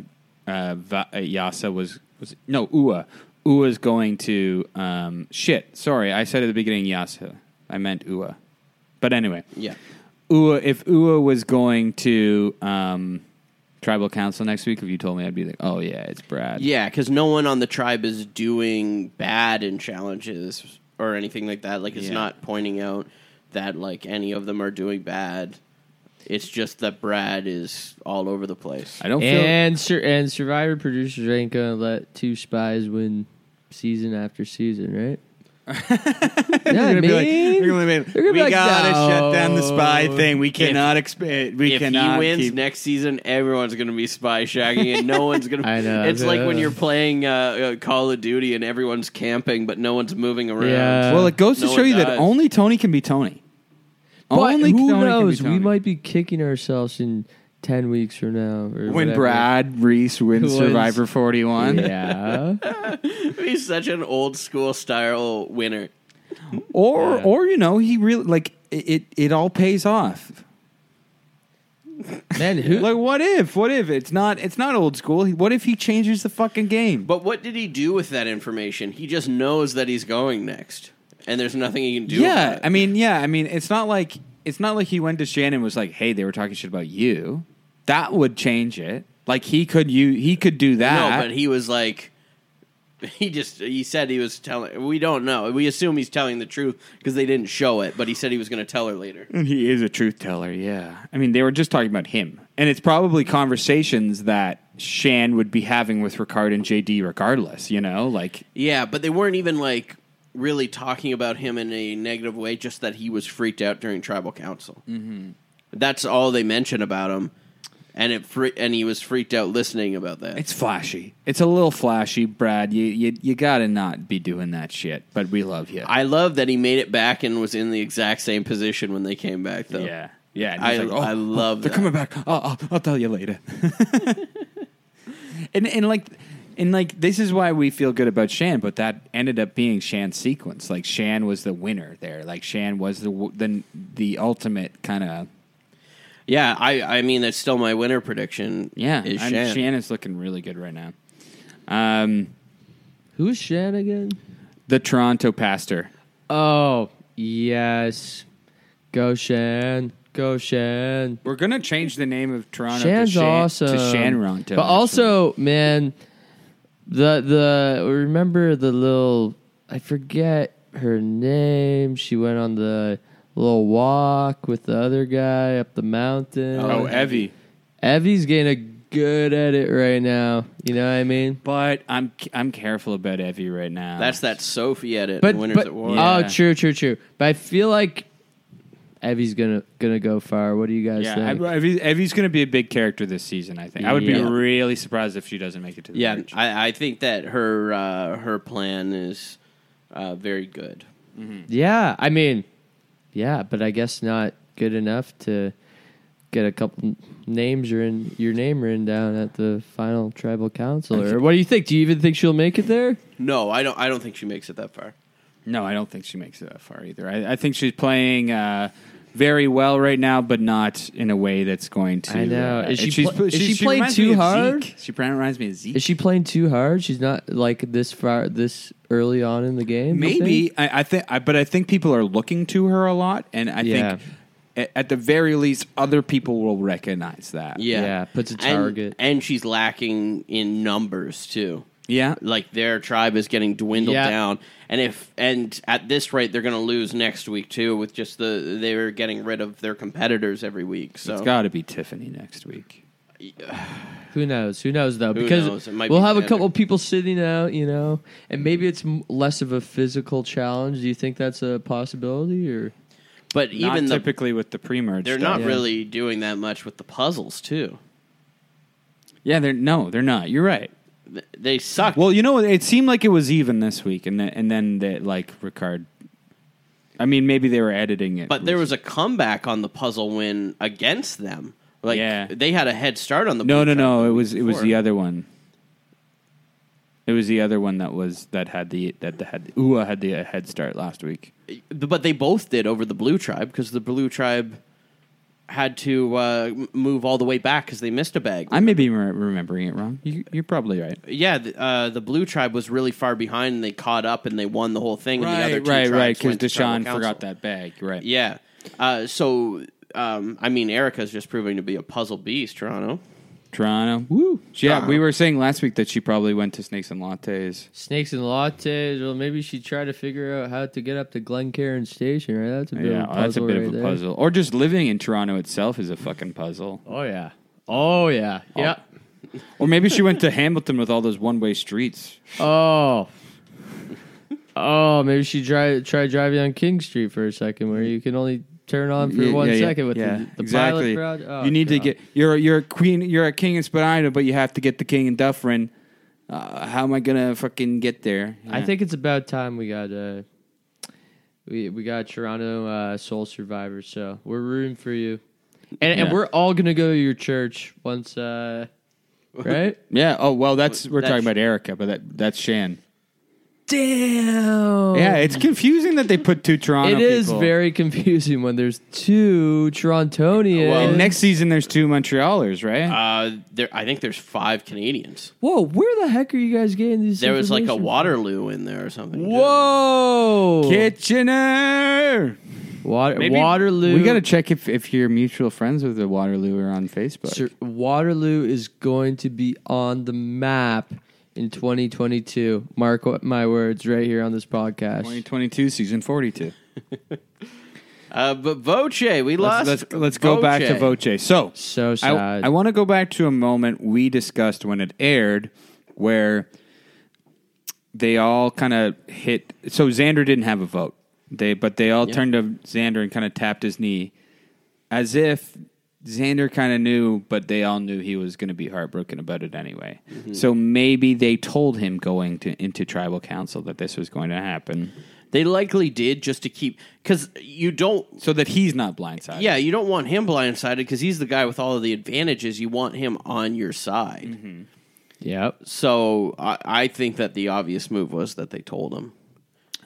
uh, Va- uh, Yasa was was no Ua Ua's going to um, shit. Sorry, I said at the beginning Yasa. I meant Ua. But anyway,
Yeah.
Ua, if Ua was going to um, tribal council next week, if you told me, I'd be like, oh yeah, it's Brad.
Yeah, because no one on the tribe is doing bad in challenges or anything like that. Like, it's
Yeah.
not pointing out that, like, any of them are doing bad. It's just that Brad is all over the place.
I don't feel.
and sur- and Survivor producers ain't gonna let two spies win season after season, right? yeah,
They're gonna be like-
mean?
they're gonna be like,
They're gonna be
we
like,
gotta shut down the spy
"No."
thing. We cannot expect. We
if
cannot
he wins
keep-
next season, everyone's going to be spy shagging, and no one's going to.
I know.
It's like when
Yeah.
you're playing uh, uh, Call of Duty and everyone's camping, but no one's moving around.
Yeah.
Well, it goes
Uh, No
to show
one
you that
does.
only Tony can be Tony.
But who
Tony can be
knows? We
Tony.
might be kicking ourselves in ten weeks from now. Or
when
whatever.
Brad Reese wins
Who
Survivor 41,
yeah,
He's such an old school style winner.
or
Yeah.
or you know he really like it. It, it all pays off.
man, who?
Like what if? What if it's not? It's not old school. What if he changes the fucking game?
But what did he do with that information? He just knows that he's going next, and there's nothing he can do.
yeah,
about it.
I mean, yeah, I mean, it's not like it's not like he went to Shannon and was like, "Hey, they were talking shit about you." That would change it. Like he could you he could do that.
no, but he was like, he just he said he was telling. We don't know. We assume he's telling the truth because they didn't show it, but he said he was going to tell her later.
And He is a truth teller, yeah. I mean, they were just talking about him. And it's probably conversations that Shan would be having with Ricard and JD regardless, you know? Like,
Yeah, but they weren't even like really talking about him in a negative way. Just that he was freaked out during tribal council. Mm-hmm. That's all they mention about him, and it fre- and he was freaked out listening about that.
it's flashy. It's a little flashy, Brad. You you, you got to not be doing that shit, but we love you.
I love that he made it back and was in the exact same position when they came back, though.
yeah. Yeah. and
I,
he's like,
I
"Oh,
love
They're
that.
coming back. I'll, I'll, I'll tell you later. and and like and like this is why we feel good about Shan, but that ended up being Shan's sequence. Like Shan was the winner there. Like Shan was the w- the the ultimate kind of
Yeah, I, I mean, that's still my winner prediction.
yeah.
Is
I'm-
Shan.
Shan is looking really good right now. Um,
Who's Shan again?
the Toronto pastor.
Oh yes, go Shan, go Shan.
We're gonna change the name of Toronto
Shan's
to Shan,
awesome.
to Shanronto.
But also, man, the the remember the little I forget her name. She went on the little walk with the other guy up the mountain.
oh Evie.
Evie's getting a good edit right now. You know what I mean?
But I'm I'm careful about Evie right now.
That's that Sophie edit.
But
in Winners
but
at War.
Yeah.
oh, true, true, true. But I feel like Evie's gonna gonna go far. What do you guys
Yeah,
think?
Evie, Evie's going to be a big character this season. I think I would be
Yeah.
really surprised if she doesn't make it to the
Yeah,
bridge.
I, I think that her uh, her plan is uh, very good.
yeah, I mean, yeah, but I guess not good enough to get a couple names or in your name written down at the final tribal council. Or what do you think? Do you even think she'll make it there?
No, I don't. I don't think she makes it that far.
No, I don't think she makes it that far either. I, I think she's playing uh, very well right now, but not in a way that's going to.
I know.
uh,
Is she
she's-
pl- is she
reminds
playing too
me of
hard?
Zeke. She pr- reminds me of Zeke.
Is she playing too hard? She's not like this far this early on in the game. you think?
Maybe I, I think, I, but I think people are looking to her a lot, and I
Yeah.
think a- at the very least, other people will recognize that.
Yeah,
Yeah, puts a
And-
target.
and, she's lacking in numbers too.
yeah.
Like their tribe is getting dwindled
Yeah.
down, and if and at this rate, they're going to lose next week too. With just the they're getting rid of their competitors every week. So
It's got to be Tiffany next week.
Who knows? Who knows though?
Who
Because
knows? It might
we'll
be
have a
better.
couple people sitting out, you know, and maybe it's m- less of a physical challenge. Do you think that's a possibility? Or
but even
Even
the,
typically with the pre-merge,
they're
stuff.
not
Yeah.
really doing that much with the puzzles too.
Yeah, they're no, they're not. You're right.
Th- They suck.
Well, you know, it seemed like it was even this week, and then and then that like Ricard. I mean, maybe they were editing it,
but there was a comeback on the puzzle win against them. Like
Yeah.
they had a head start on the
no,
blue
no,
tribe
no.
the
It
week
was it was
before.
the other one. It was the other one that was that had the that had Ua had the uh, head start last week.
but they both did over the blue tribe because the blue tribe had to uh, m- move all the way back because they missed a bag.
I may be re- remembering it wrong. You, you're probably right.
yeah, the, uh, the blue tribe was really far behind, and they caught up and they won the whole thing. and the other two
right, right.
tribes
Because
went to tribal
Deshaun
council.
forgot that bag. Right.
Yeah, uh, so um, I mean, Erica's just proving to be a puzzle beast, Toronto.
Toronto. Woo. Yeah,
Toronto.
we were saying last week that she probably went to Snakes and Lattes.
snakes and lattes? Well, maybe she tried to figure out how to get up to Glencairn Station. Right, that's a bit
Yeah, oh,
of a puzzle.
that's a bit
right
of a
there.
puzzle. Or just living in Toronto itself is a fucking puzzle.
Oh yeah. Oh yeah. Yeah.
Or maybe she went to Hamilton with all those one way streets.
Oh. Oh, maybe she tried tried driving on King Street for a second, where you can only turn on for one second with the, the pilot project. Oh,
you need to
God.
get you're you're a queen you're a king in Spadina, but you have to get the king in Dufferin. Uh, how am I gonna fucking get there?
I
Yeah.
think it's about time we got uh we we got Toronto uh, Soul Survivors, so we're rooting for you. And
Yeah.
and we're all gonna go to your church once uh right?
Yeah. Oh well, that's we're
That's-
talking about Erica, but that that's Shan.
Damn
Yeah, it's confusing that they put two Toronto.
Oh. It is
people.
very confusing when there's two Torontonians.
Well,
And next season, there's two Montrealers, right?
Uh, there, I think there's five Canadians.
Whoa, where the heck are you guys getting these?
There was like a Waterloo in there or something. too.
Whoa,
Kitchener.
Water, Waterloo.
We gotta check if if you're mutual friends with the Waterloo or on Facebook.
Sir, Waterloo is going to be on the map in 2022. Mark what my words right here on this podcast.
2022 season 42.
Uh, but Voce, we lost.
Let's let's, let's go back to Voce. So
So
I,
sad.
I want to go back to a moment we discussed when it aired, where they all kind of hit. So Xander didn't have a vote. They but they all turned to Xander and kind of tapped his knee, as if Xander kind of knew, but they all knew he was going to be heartbroken about it anyway. So maybe they told him going to into tribal council that this was going to happen,
They likely did just to keep because you don't.
so that he's not blindsided.
Yeah, you don't want him blindsided because he's the guy with all of the advantages. You want him on your side.
yep.
So I, I think that the obvious move was that they told him.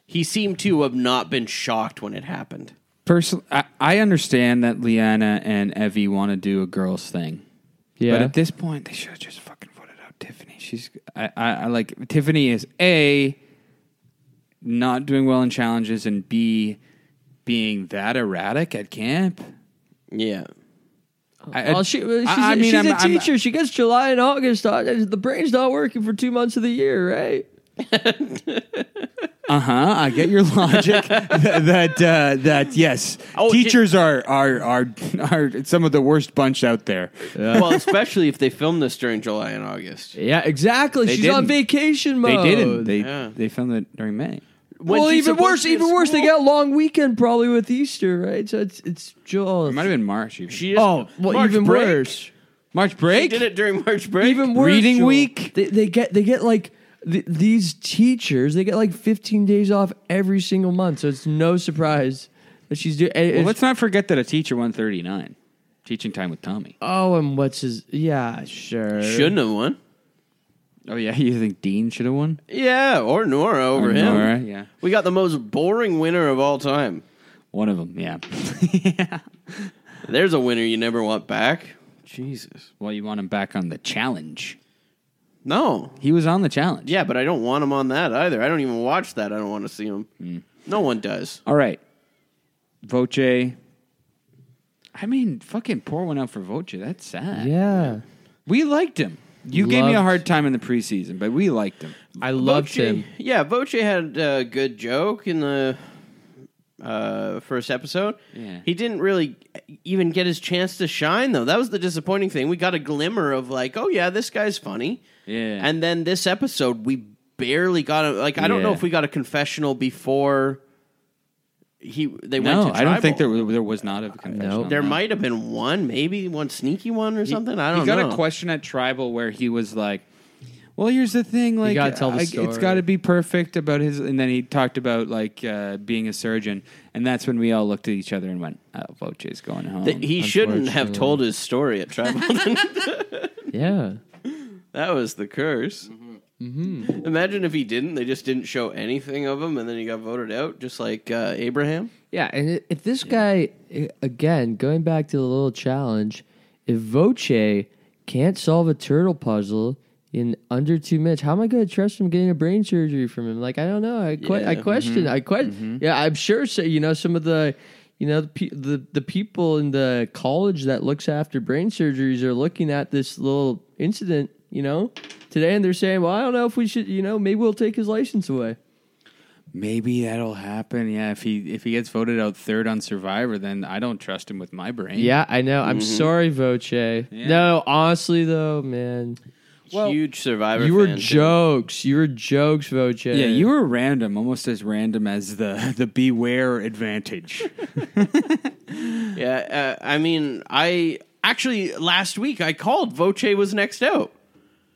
He seemed to have not been shocked when it happened.
Personally, I, I understand that Leanna and Evie want to do a girls thing.
Yeah.
But at this point, they should have just fucking voted out Tiffany. She's I, I, I like Tiffany is a not doing well in challenges and b being that erratic at camp.
Yeah.
I,
Oh, well, she, she's,
I- I
a-
mean,
she's
I'm-
a
I'm-
teacher. she gets July and August. off. The brain's not working for two months of the year, right?
Uh huh. I get your logic that that, uh, that yes,
Oh, did-
teachers are, are are are some of the worst bunch out there.
Well, especially if they filmed this during July and August.
Yeah, exactly.
They
she's
didn't.
on vacation
They
mode.
didn't. They
Oh, Yeah.
they filmed it during May.
when's
well,
he
even
supposed
worse,
to be at
even worse, they
school?
got long weekend probably with Easter, right? So it's it's Joel.
It might have been March. Even.
She just,
oh, well,
March
even
break.
worse.
March break.
Did it during March break?
Even worse.
Reading
Joel.
week?
They, they get they get like th- these teachers. They get like 15 days off every single month. So it's no surprise that she's eh, doing.
Well, let's not forget that a teacher won thirty nine. Teaching time with Tommy.
oh, and what's his? Yeah, sure.
shouldn't have won.
Oh yeah, you think Dean should have won?
Yeah, or Nora over
Or
him.
Nora, yeah.
We got the most boring winner of all time.
One of them, yeah.
There's a winner you never want back. Jesus.
well, you want him back on the challenge.
No.
He was on the challenge.
Yeah, but I don't want him on that either. I don't even watch that. I don't want to see him.
Mm.
No one does.
All right. Voce. I mean, fucking pour one out for Voce. That's sad.
Yeah,
We liked him. You gave me a
Loved-
hard time in the preseason, but we liked him.
I loved
Voce-
him.
Yeah, Voce had a good joke in the uh, first episode.
Yeah.
He didn't really even get his chance to shine, though. That was the disappointing thing. We got a glimmer of, like, oh, yeah, this guy's funny.
Yeah.
And then this episode, we barely got a. Like, I don't know
Yeah.
if we got a confessional before he they went
no,
to
I don't think
tribal.
there was, there was not a confessional.
Nope.
There
no.
might have been one, maybe one sneaky one or something. I don't
he got
know.
a question at tribal where he was like, "Well, here's the thing. Like,
gotta tell the
I- it's
story.
got to be perfect about his." And then he talked about like uh, being a surgeon, and that's when we all looked at each other and went, "Oh, Voce's going home."
Th- he shouldn't have told his story at tribal.
Yeah,
that was the curse.
Mm-hmm.
Imagine if he didn't. They just didn't show anything of him, and then he got voted out, just like uh, Abraham.
yeah. And i- if this guy i- again going back to the little challenge, if Voce can't solve a turtle puzzle in under two minutes, how am I going to trust him getting a brain surgery from him? Like I don't know. I que-
Yeah.
I question. I question. Yeah, I'm sure. So you know some of the. You know the, pe- the the people in the college that looks after brain surgeries are looking at this little incident, you know, today, and they're saying, "Well, I don't know if we should, you know, maybe we'll take his license away."
Maybe that'll happen. Yeah, if he if he gets voted out third on Survivor, then I don't trust him with my brain.
Yeah, I know. I'm
Mm-hmm.
sorry, Voce. No, honestly though, man,
Huge survivor.
you were
fan, too.
jokes. You were jokes, Voce.
Yeah, you were random, almost as random as the the beware advantage.
Yeah, uh, I mean, I actually last week I called. Voce was next out.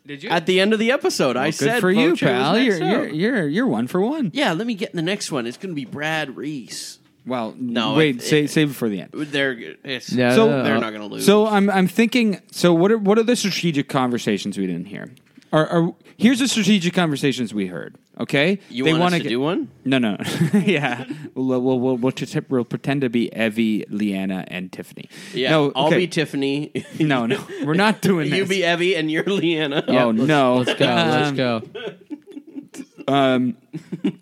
Did you?
At the end of the episode, I
Good
said
for you,
Voce was
pal.
next
You're, you're
out.
you're you're one for one.
Yeah, let me get in the next one. It's going to be Brad Reese.
Well,
No,
no. Wait,
it-
save save it for the end.
They're it's,
No,
so
no, no.
they're not going to lose.
So I'm I'm thinking. So what are what are the strategic conversations we didn't hear? Are, are here's the strategic conversations we heard. Okay,
you want us
wanna
to
get-
do one?
No, no, yeah. We'll we'll, we'll, we'll, t- we'll pretend to be Evie, Leanna, and Tiffany.
Yeah,
no,
I'll
okay.
be Tiffany.
no, no, we're not doing
you
this.
be Evie, and you're Leanna.
oh no, let's
Go, let's go.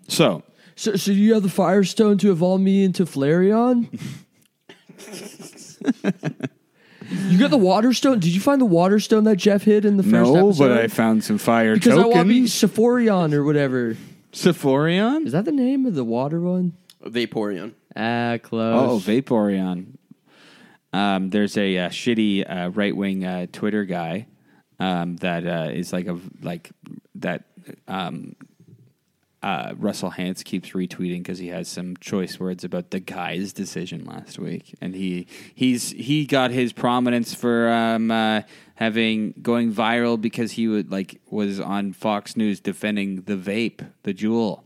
So
So, so you have the Firestone to evolve me into Flareon? you got the Waterstone? Did you find the Waterstone that Jeff hid in the first
no,
episode?
but I found some fire
because I want to be
tokens.
Sephorion or whatever.
Sephorion.
Is that the name of the water one?
Vaporeon.
Ah,
Oh,
close.
Vaporeon. Um, there's a uh, shitty uh, right wing uh, Twitter guy um, that uh, is like a like that. Um, uh, Russell Hance keeps retweeting because he has some choice words about the guy's decision last week, and he he's he got his prominence for um, uh, having going viral because he would like was on Fox News defending the vape, the jewel.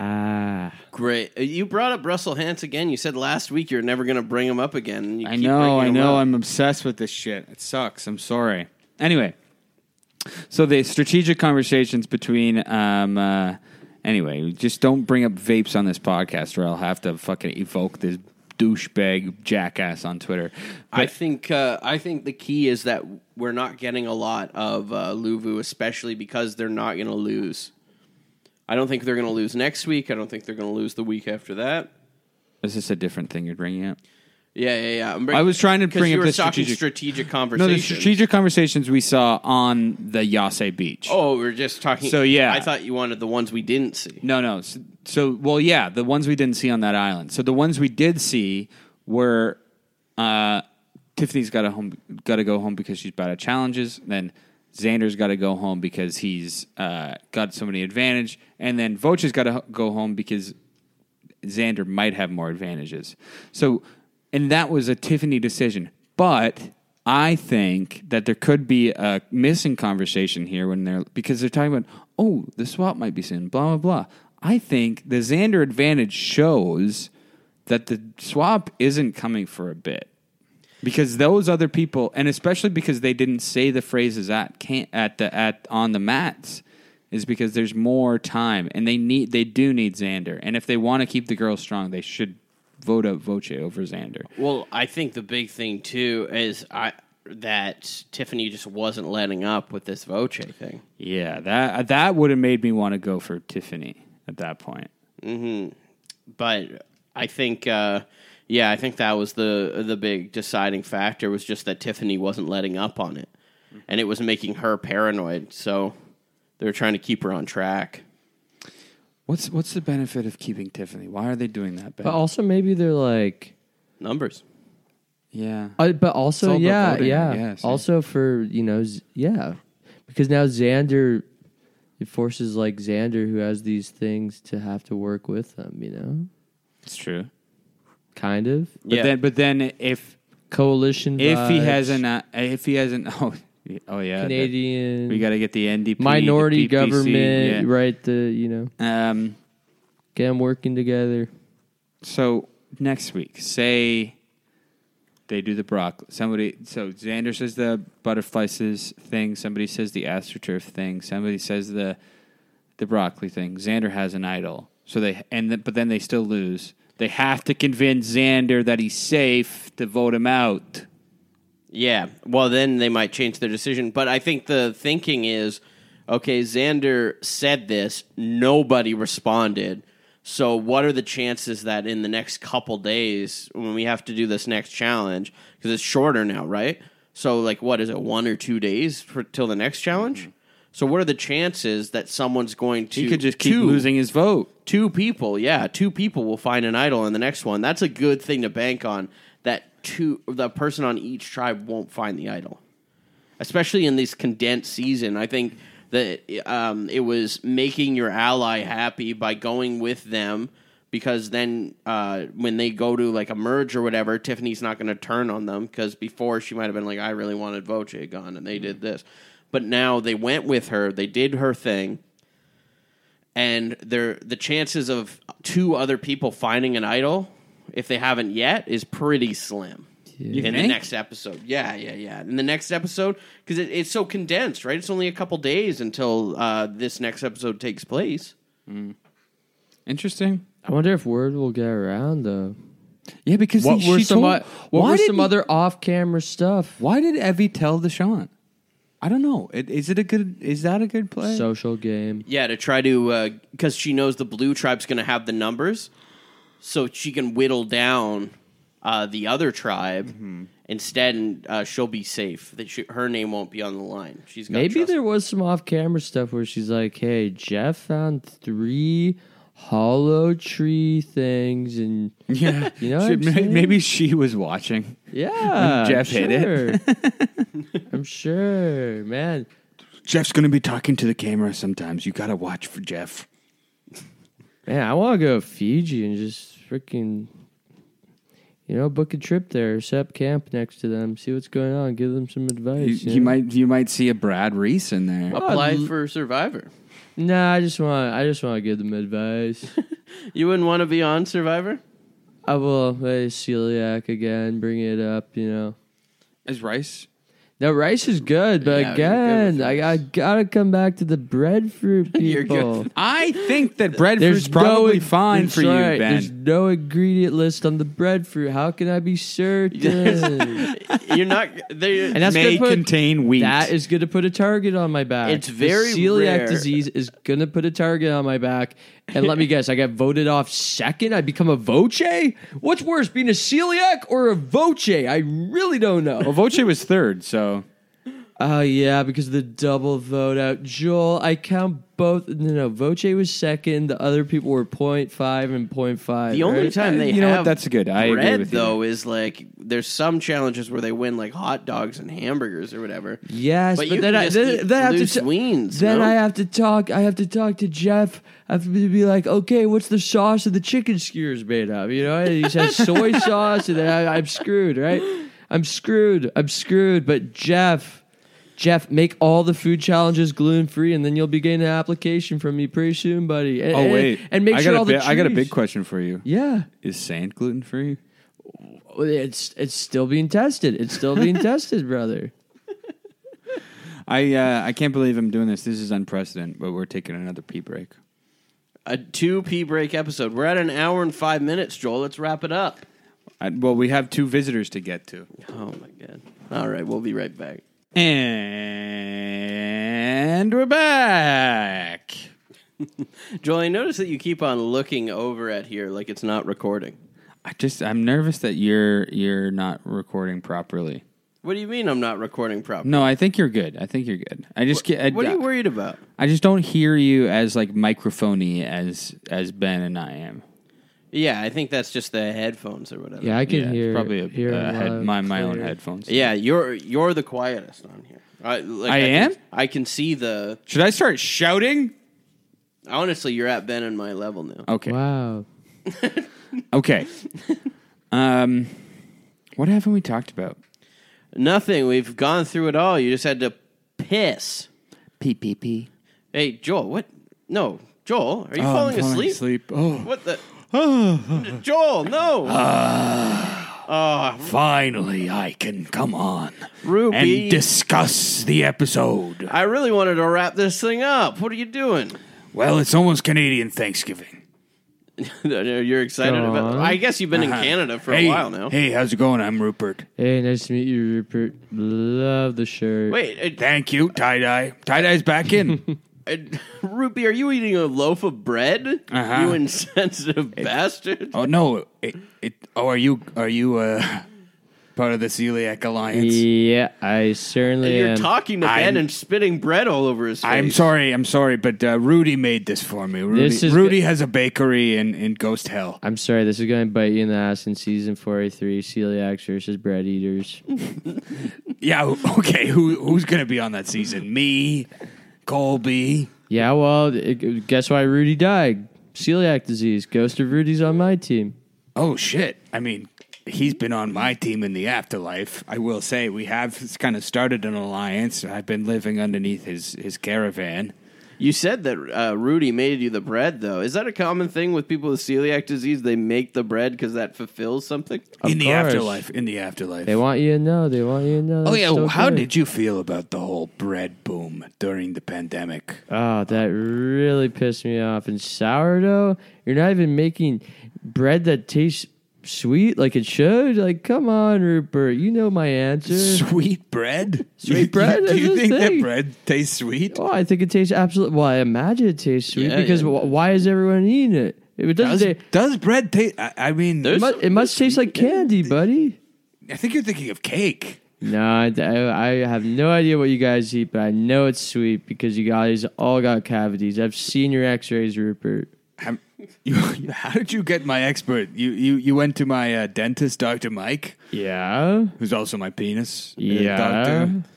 Ah.
Great. Uh, You brought up Russell Hance again. You said last week you're never going to bring him up again. and you
I
keep
know,
bringing
I
him
know.
up.
I'm obsessed with this shit. It sucks. I'm sorry. Anyway, so the strategic conversations between. Um, uh, anyway, just don't bring up vapes on this podcast, or I'll have to fucking evoke this douchebag jackass on Twitter.
I think uh, I think the key is that we're not getting a lot of uh, Luvu, especially because they're not going to lose. I don't think they're going to lose next week. I don't think they're going to lose the week after that.
Is this a different thing you're bringing up?
Yeah, yeah, yeah. I'm
I was trying to
'cause
bring
you
up
were
the
talking
strategic-
strategic
No,
conversation.
the strategic conversations we saw on the Yase Beach.
Oh, we are just talking.
So, yeah.
I thought you wanted the ones we didn't see.
No, no. So, so, well, yeah, the ones we didn't see on that island. So the ones we did see were uh, Tiffany's got to home, got to go home because she's bad at challenges. Then Xander's got to go home because he's uh, got so many advantage, and then Voch has got to go home because Xander might have more advantages. So, and that was a Tiffany decision. But I think that there could be a missing conversation here when they're because they're talking about, oh, the swap might be soon, blah, blah, blah. I think the Xander advantage shows that the swap isn't coming for a bit because those other people, and especially because they didn't say the phrases at can at the at on the mats, is because there's more time, and they need they do need Xander, and if they want to keep the girls strong, they should vote out Voce over Xander.
Well, I think the big thing too is I that Tiffany just wasn't letting up with this Voce thing.
Yeah, that that would have made me want to go for Tiffany at that point.
but I think, uh, yeah, I think that was the the big deciding factor was just that Tiffany wasn't letting up on it, and it was making her paranoid. So they were trying to keep her on track.
What's what's the benefit of keeping Tiffany? Why are they doing that? Ben?
But also maybe they're like,
Numbers.
yeah,
uh, but
all
also
about
yeah,
voting, I
yeah,
guess, yeah.
Also for you know, Z- yeah, because now Xander, it forces like Xander who has these things to have to work with them. You know,
it's true.
kind of
But
Yeah.
then, but then if
coalition.
if he
vibes,
hasn't, uh, if he hasn't, oh, oh yeah, that-
Canadian
We got to get the NDP,
minority
the PPC,
government,
yeah.
right? The you know,
Um,
get them working together.
so next week, say they do the broccoli. Somebody, so Xander says the butterfly says thing. Somebody says the astroturf thing. Somebody says the the broccoli thing. Xander has an idol. So they and th- but then they still lose. They have to convince Xander that he's safe to vote him out.
Yeah. Well, then they might change their decision. But I think the thinking is okay, Xander said this, nobody responded. So, what are the chances that in the next couple days, when we have to do this next challenge, because it's shorter now, right? So, like, what is it, one or two days for, till the next challenge? So, what are the chances that someone's going to.
Mm-hmm. He could just keep
to-
losing his vote.
two people yeah two people will find an idol in the next one that's a good thing to bank on that two the person on each tribe won't find the idol especially in this condensed season i think that um, it was making your ally happy by going with them because then uh, when they go to like a merge or whatever tiffany's not going to turn on them because before she might have been like i really wanted voce gone and they did this but now they went with her they did her thing and they the chances of two other people finding an idol if they haven't yet is pretty slim
You
in the
think?
next episode yeah yeah yeah in the next episode because it, it's so condensed right it's only a couple days until uh, this next episode takes place
Interesting.
I wonder if word will get around though.
Yeah, because
What
he-
were
she
some?
told-
o- what
why
were some
didn't-
other off-camera stuff?
Why did Evie tell the Sean? I don't know. It, is it a good? Is that a good play?
Social game.
yeah to try to because she knows the blue tribe's going to have the numbers so she can whittle down uh, the other tribe
Mm-hmm.
instead and uh, she'll be safe that she, her name won't be on the line she's got
Maybe
trust
there was some off-camera stuff where she's like, "Hey, Jeff found three hollow tree things, and
yeah,
You know what I'm
Should- may-
saying?
maybe she was watching.
yeah,
Jeff hit
I'm
it.
sure. I'm sure, man.
Jeff's gonna be talking to the camera sometimes. You gotta watch for Jeff.
Man, I want to go to Fiji and just freaking, you know, book a trip there, set up camp next to them, see what's going on, give them some advice.
You,
you
you
know?
might you might see a Brad Reese in there.
apply for survivor
Nah, I just want, I just want to give them advice.
You wouldn't want to be on Survivor?
I will hey, celiac again, bring it up, you know.
Is Rice?
Now rice is good, but
Yeah, you're
again,
good with
I, I gotta come back to the breadfruit people.
You're good.
I think that breadfruit's probably
ing-
fine
I'm
for
sorry,
you,
There's
Ben.
no ingredient list on the breadfruit. How can I be certain?
You're not. They,
And that's
May
gonna put-
contain wheat.
That is going to put a target on my back.
It's
The
very
celiac
rare.
disease is going to put a target on my back. And let me guess, I got voted off second. I become a voce. What's worse, being a celiac or a voce? I really don't know.
well, Voce was third, so
Oh yeah, because of the double vote out. Joel, I count both. No, no, Voce was second. The other people were 0.5 and 0.5.
The only
right?
time they
You know what,
have
that's good. I agree
bread
with you.
though is like there's some challenges where they win like hot dogs and hamburgers or whatever.
Yes,
But
but,
you
then
can
I
just
then,
eat
then I have
loose
to
weens,
Then
no?
I have to talk. I have to talk to Jeff. I have to be like, okay, what's the sauce that the chicken skewers made of? You know, and he says soy sauce, and then I, I'm screwed. Right? I'm screwed. I'm screwed. But Jeff, Jeff, make all the food challenges gluten free, and then you'll be getting an application from me pretty soon, buddy. And,
Oh
and-
wait,
and make
I
sure
got a
all the
bi- I got a big
trees-
question for you.
Yeah,
Is sand gluten free?
it's it's still being tested. It's still being tested, brother.
I uh, I can't believe I'm doing this. This is unprecedented. But we're taking another pee break.
A two p break episode. We're at an hour and five minutes, Joel. Let's wrap it up.
I, well, we have two visitors to get to,
Oh my god. All right, we'll be right back.
and we're back.
Joel, I notice that you keep on looking over at here like it's not recording.
I just I'm nervous that you're you're not recording properly.
What do you mean I'm not recording properly?
No, I think you're good. I think you're good. I just get I,
What are you worried about?
I just don't hear you as like microphony as as Ben and I am.
Yeah, I think that's just the headphones or whatever.
Yeah, I can
Yeah, it's
hear
probably a,
hear
a head,
loud,
my my own
clear.
headphones.
Yeah, you're you're the quietest on here. I, like,
I
can-
am?
I can see the.
Should I start shouting?
Honestly, you're at Ben and my level now.
Okay.
Wow.
Okay. um, what haven't we talked about?
Nothing. We've gone through it all. You just had to piss.
Pee pee pee.
Hey, Joel. What? No, Joel. Are you falling, asleep?
Oh,
What the? Joel, no.
Uh. finally I can come on
Ruby.
and discuss the episode.
I really wanted to wrap this thing up. What are you doing?
Well, it's almost Canadian Thanksgiving.
You're excited
Go
about?
on.
I guess you've been in Canada for
Uh-huh. hey,
a while now.
Hey, how's it going? I'm Rupert.
Hey, nice to meet you, Rupert. Love the shirt.
Wait, uh,
Thank you, tie dye. Tie dye's back in.
uh, Ruby, are you eating a loaf of bread?
Uh-huh.
You insensitive bastard.
oh no, it, it. Oh, are you are you uh, part of the celiac alliance?
Yeah, I certainly
You're
am.
talking to Ben
I'm-
and spitting bread all over his face.
I'm sorry, I'm sorry, but uh, Rudy made this for me. Rudy,
This is
Rudy
good.
has a bakery in, in Ghost Hell.
I'm sorry, this is going to bite you in the ass in season 43 celiacs versus bread eaters.
Yeah, who- okay, who who's going to be on that season? Me, Colby.
yeah, well, it- guess why Rudy died? Celiac disease. Ghost of Rudy's on my team.
Oh, shit. I mean, he's been on my team in the afterlife. I will say, we have kind of started an alliance. I've been living underneath his, his caravan.
You said that uh, Rudy made you the bread, though. Is that a common thing with people with celiac disease? They make the bread because that fulfills something.
in the
course.
afterlife. In the afterlife.
They want you to know. They want you to know.
oh, yeah. How did you feel about the whole bread boom during the pandemic?
Oh, that really pissed me off. And sourdough, you're not even making bread that tastes sweet like it should. Like, come on, Rupert. You know my answer.
Sweet bread?
Sweet bread?
Do
That's
you
his
think that
thing.
bread tastes sweet?
Well, I think it tastes absolutely. Well, I imagine it tastes sweet
Yeah,
because
yeah.
wh- why is everyone eating it? If it doesn't,
Does,
taste,
does bread taste? I, I mean,
it,
There's-
must, it must taste like candy, buddy.
I think you're thinking of cake.
No, I, I I have no idea what you guys eat, but I know it's sweet because you guys all got cavities. I've seen your X-rays, Rupert.
I'm, you, how did you get my expert? You you, you went to my uh, dentist, Doctor Mike,
Yeah,
who's also my penis. uh,
yeah.
doctor.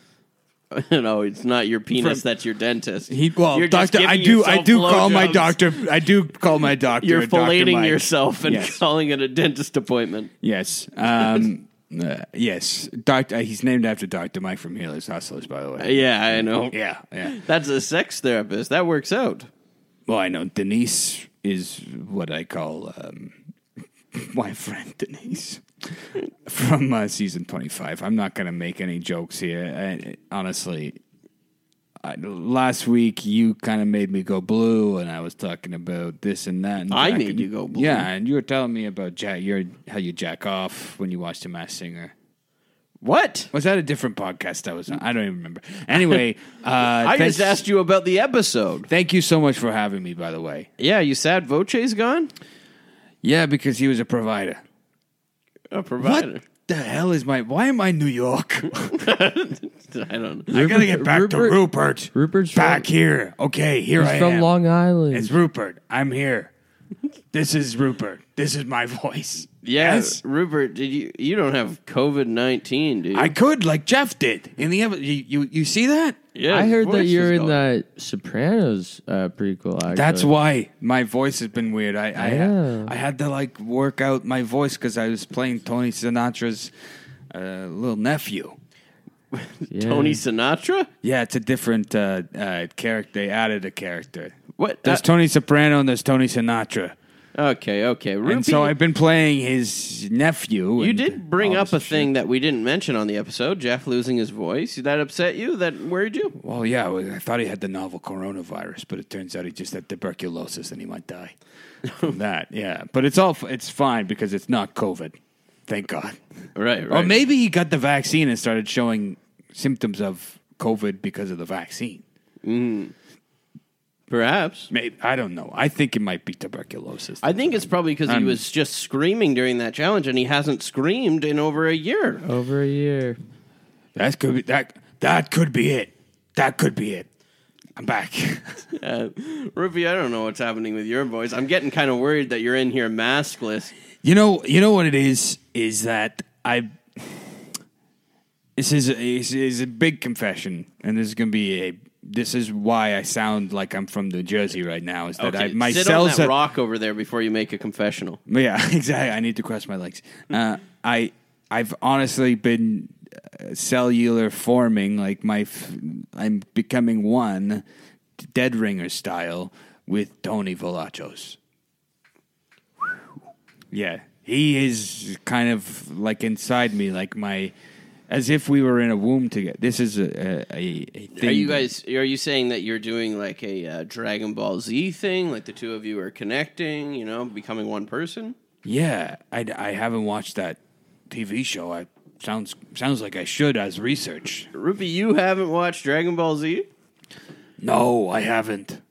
no, it's not your penis.
From-
that's your dentist.
He well,
You're just
doctor. I
giving
do. I
yourself
do call my
blowjobs.
doctor. I do call my doctor.
You're
a Dr.
filleting
Mike.
yourself and
Yes.
calling it a dentist appointment.
Yes. Um, uh, yes. Doctor. he's named after Doctor Mike from Healers Hustlers, by the way.
Yeah, I know.
Yeah. Yeah.
That's a sex therapist. That works out.
Well, I know Denise is what I call um, my friend Denise from uh, season 25. I'm not going to make any jokes here. I, honestly, I, last week you kind of made me go blue, and I was talking about this and that. And
I
back
made
and-
you go blue.
Yeah, and you were telling me about jack, your, how you jack off when you watch The Masked Singer.
What?
Was that a different podcast I was on? I don't even remember. Anyway, uh,
I
thanks-
just asked you about the episode.
Thank you so much for having me, by the way.
Yeah, you sad Voce's gone?
Yeah, because he was a provider. Uh,
A provider.
the hell is my? Why am I New York?
I don't know.
I gotta get back to
Rupert-
Rupert.
Rupert's
back
from-
here. Okay, here I
He's from
am.
Long Island.
it's Rupert. I'm here. this is Rupert. This is my voice.
Yeah, Rupert, did you you don't have COVID nineteen, dude?
I could like Jeff did in the epi- you, you you see that?
yeah,
I
his
heard that
voice
you're
is
in
gone.
that Sopranos uh, prequel. Actually.
That's why my voice has been weird. I I,
Yeah.
I had to like work out my voice because I was playing Tony Sinatra's uh, little nephew.
Yeah.
Tony Sinatra.
Yeah, it's a different uh, uh, character. They added a character. Uh,
What? uh,
There's Tony Soprano and there's Tony Sinatra.
okay, okay. Ruby,
And so I've been playing his nephew.
you
and
did bring
all
up a
this
thing that we didn't mention on the episode. Jeff losing his voice. Did That upset you? That worried you?
Well, yeah, well, I thought he had the novel coronavirus, but it turns out he just had tuberculosis and he might die from that. Yeah, but it's all f- it's fine because it's not COVID. Thank God.
Right, right.
Or maybe he got the vaccine and started showing symptoms of COVID because of the vaccine.
Perhaps.
Maybe I don't know. I think it might be tuberculosis.
I think it's probably because he
I'm-
was just screaming during that challenge, and he hasn't screamed in over a year.
over a year.
that could be that. That could be it. That could be it. I'm back.
Uh, Ruby, I don't know what's happening with your voice. I'm getting kind of worried that you're in here maskless.
You know, you know what it is is that I. This is a, is, is a big confession, and this is going to be a. This is why I sound like I'm from New Jersey right now. Is that I,
Okay,
my
sit on
cells
that
have-
rock over there before you make a confessional.
Yeah, exactly. I need to cross my legs. Uh, I I've honestly been uh, cellular forming, like my f- I'm becoming one, Dead Ringer style with Tony Volachos. Yeah, he is kind of like inside me, like my. As if we were in a womb together. This is a, a, a a thing.
Are you
that-
guys? Are you saying that you're doing like a uh, Dragon Ball Z thing? Like the two of you are connecting, you know, becoming one person?
Yeah, I, I haven't watched that TV show. I sounds sounds like I should as research.
Ruby, you haven't watched Dragon Ball Z?
No, I haven't.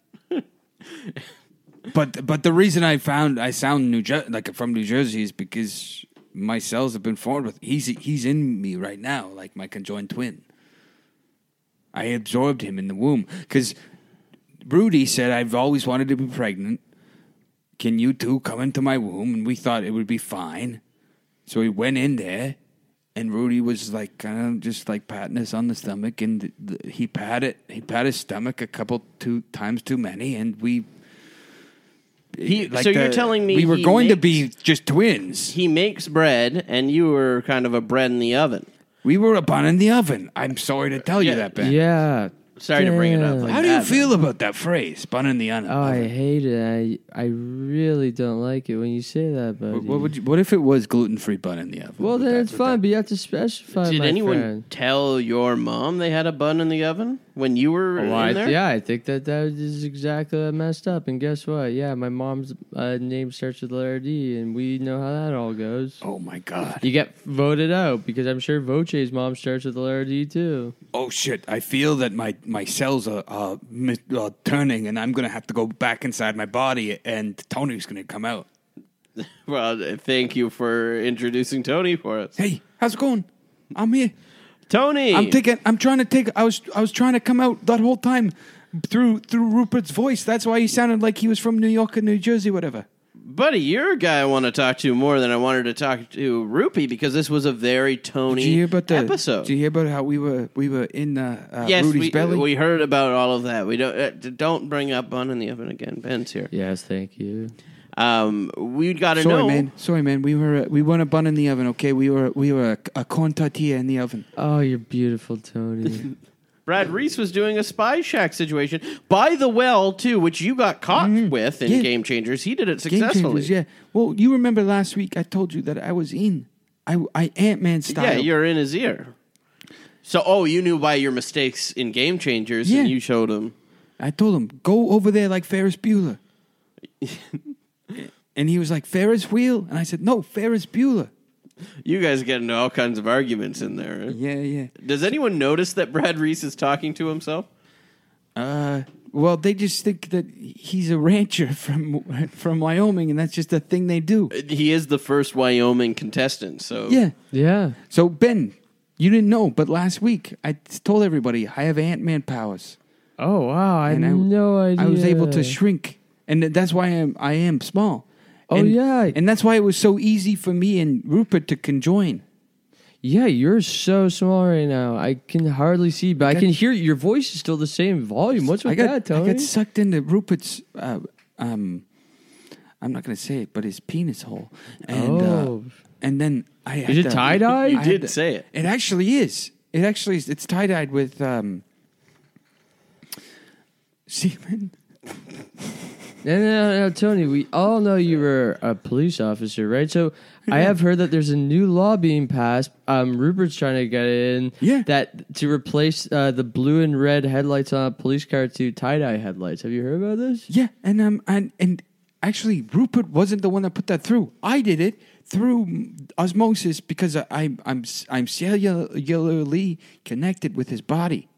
but but the reason I found I sound New Jer- like from New Jersey is because my cells have been formed with he's he's in me right now, like my conjoined twin. I absorbed him in the womb because Rudy said I've always wanted to be pregnant. Can you two come into my womb? And we thought it would be fine. So he went in there, and Rudy was like kind of just like patting us on the stomach, and th- th- he patted he pat his stomach a couple two times too many, and we. eh,
He- so you're telling me
we were
he
going to
makes-
be just twins?
He makes bread, and you were kind of a bread in the oven.
We were a bun in the oven. I'm sorry to tell
Yeah.
you that, Ben.
Yeah.
Sorry to bring it up.
Damn.
Like
How do you
that, but-
feel about that phrase, bun in the un-
Oh, I
oven?
hate it. I I really don't like it when you say that, buddy.
What, what would you, what if it was gluten free bun in the oven?
well,
Would
then
that-
it's
would
fine,
that-
but you have to specify.
Did
my
anyone
friend.
tell your mom they had a bun in the oven when you were
Well,
in
I,
there?
yeah, I think that that is exactly what I messed up. And guess what? Yeah, my mom's uh, name starts with the letter D, and we know how that all goes.
Oh my god!
You get voted out because I'm sure Voce's mom starts with the letter D too.
Oh shit! I feel that my my cells are, are, mi- are turning, and I'm gonna have to go back inside my body, and Tony's gonna come out.
Well, uh, thank you for introducing Tony for us.
Hey, how's it going? I'm here.
Tony,
I'm taking. I'm trying to take. I was I was trying to come out that whole time through through Rupert's voice. That's why he sounded like he was from New York or New Jersey, whatever.
buddy, you're a guy I want to talk to more than I wanted to talk to Rupee because this was a very Tony
Did you hear about the
episode.
Did you hear about how we were we were in uh, uh,
yes,
Rudy's
we,
belly?
we heard about all of that. We don't uh, d- don't bring up bun in the oven again. Ben's here.
Yes, thank you.
Um, we got to
Sorry,
know.
man. Sorry, man. We were uh, we weren't a bun in the oven. Okay, we were we were a, a corn tortilla in the oven.
Oh, you're beautiful, Tony.
Brad Reese was doing a spy shack situation by the well too, which you got caught with in
Mm-hmm. Yeah.
Game Changers. He did it
Game
successfully.
changers, yeah. Well, you remember last week I told you that I was in. I, I Ant Man style.
Yeah, you're in his ear. So, oh, you knew by your mistakes in Game Changers,
Yeah.
and you showed him.
I told him go over there like Ferris Bueller, and he was like Ferris wheel, and I said no Ferris Bueller.
You guys get into all kinds of arguments in there. eh?
Yeah, yeah.
Does anyone notice that Brad Reese is talking to himself?
Uh, well, they just think that he's a rancher from from Wyoming, and that's just a thing
Uh,
they do.
He is the first Wyoming contestant, so
Yeah.
yeah.
So Ben, You didn't know, but last week I told everybody I have Ant Man powers.
Oh wow! I
And
had
I-
no idea.
I was able to shrink, and th- that's why I'm I am small.
Oh,
And-
yeah.
and that's why it was so easy for me and Rupert to conjoin.
yeah, you're so small right now. I can hardly see, but I, can hear your voice is still the same volume. What's with
I got
that, Tony?
I got sucked into Rupert's. Uh, um, I'm not gonna say it, but his penis hole. And,
Oh.
uh, and then I had
Is it
to-
tie
I
dye? You
had
did
to-
say it.
It actually is. It actually is. It's tie dyed with um, semen.
No, no, no, Tony. We all know you were a police officer, right? So I have heard that there's a new law being passed. Um, Rupert's trying to get in.
Yeah.
That to replace uh, the blue and red headlights on a police car to tie dye headlights. Have you heard about this?
Yeah, and um, and and actually, Rupert wasn't the one that put that through. I did it through osmosis because I, I I'm I'm cellularly connected with his body.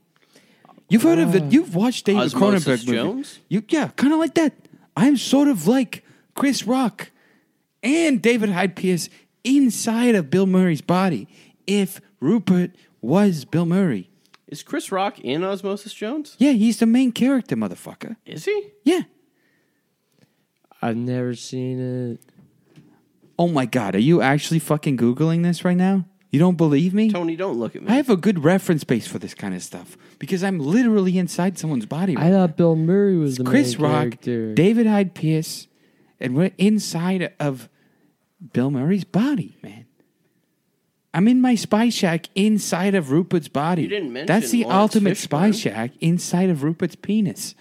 You've heard of it. You've watched David
Osmosis
Cronenberg movie.
Jones?
You yeah, kind of like that. I'm sort of like Chris Rock and David Hyde Pierce inside of Bill Murray's body. If Rupert was Bill Murray,
Is Chris Rock in Osmosis Jones?
yeah, he's the main character, motherfucker.
Is he?
Yeah.
I've never seen it.
Oh my God, are you actually fucking Googling this right now? You don't believe me?
Tony, don't look at me.
I have a good reference base for this kind of stuff because I'm literally inside someone's body. Right
I thought Bill Murray was the
Chris
main
Rock,
character.
David Hyde Pierce, and we're inside of Bill Murray's body, man. I'm in my spy shack inside of Rupert's body.
You didn't mention
That's the
Lawrence Fishburne.
ultimate spy shack inside of Rupert's penis.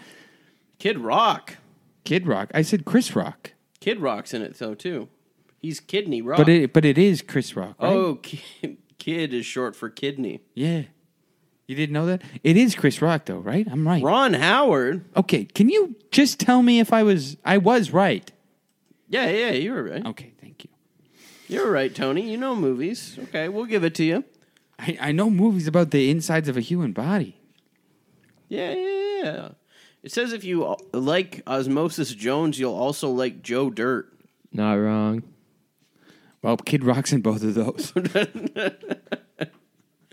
Kid Rock.
Kid Rock. I said Chris Rock,
Kid Rock's in it though too. He's Kidney Rock.
but it but it is Chris Rock. Right?
oh, ki- kid is short for kidney.
Yeah. You didn't know that? It is Chris Rock though, right? I'm right.
Ron Howard.
Okay, can you just tell me if I was I was right?
Yeah, yeah, you were right.
Okay, thank you.
You were right, Tony. You know movies. Okay, we'll give it to you.
I, I know movies about the insides of a human body.
Yeah, yeah, yeah. It says if you o- like Osmosis Jones, you'll also like Joe Dirt.
Not wrong.
Well, Kid Rock's in both of those.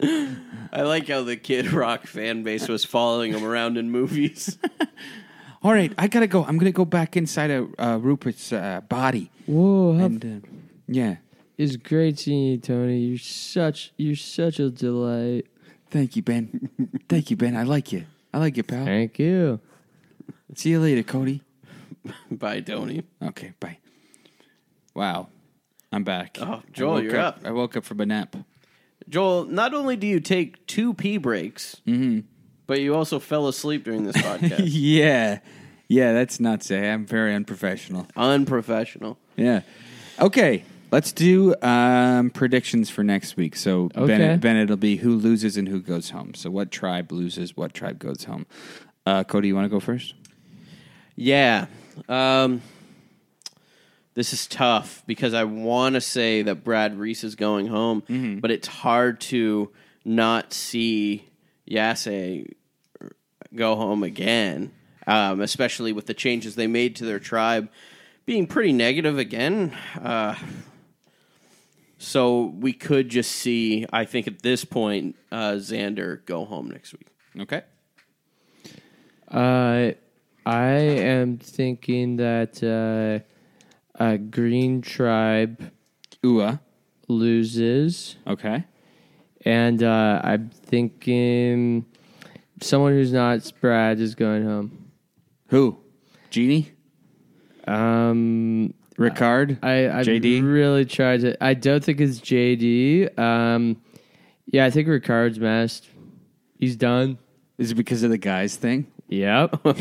I like how the Kid Rock fan base was following him around in movies.
All right, I gotta go. I'm gonna go back inside of uh, Rupert's uh, body.
Whoa, how,
And uh, yeah,
it's great seeing you, Tony. You're such you're such a delight.
thank you, Ben. thank you, Ben. I like you. I like you, pal.
Thank you.
See you later, Cody.
Bye, Tony.
Okay, bye. Wow, I'm back.
Oh, Joel,
I woke
you're up.
I woke up from a nap.
Joel, not only do you take two pee breaks, but you also fell asleep during this podcast.
yeah. Yeah, that's nuts. Eh? I'm very unprofessional.
Unprofessional.
Yeah. Okay. Let's do um, predictions for next week. So
Okay.
Bennett, Bennett, it'll be who loses and who goes home. So what tribe loses, what tribe goes home. Uh, Cody, you want to go first?
Yeah. Um, this is tough because I want to say that Brad Reese is going home, but it's hard to not see Yase go home again, um, especially with the changes they made to their tribe being pretty negative again. Uh, so we could just see, I think at this point, uh, Xander go home next week.
Okay.
Uh, I am thinking that uh, uh, Green Tribe
Ua.
loses,
Okay.
and uh, I'm thinking someone who's not Brad is going home.
Who? Genie?
Um,
Ricard?
I I
JD?
really tried to. I don't think it's JD. Um, yeah, I think Ricard's messed. He's done.
Is it because of the guys thing?
Yep. no,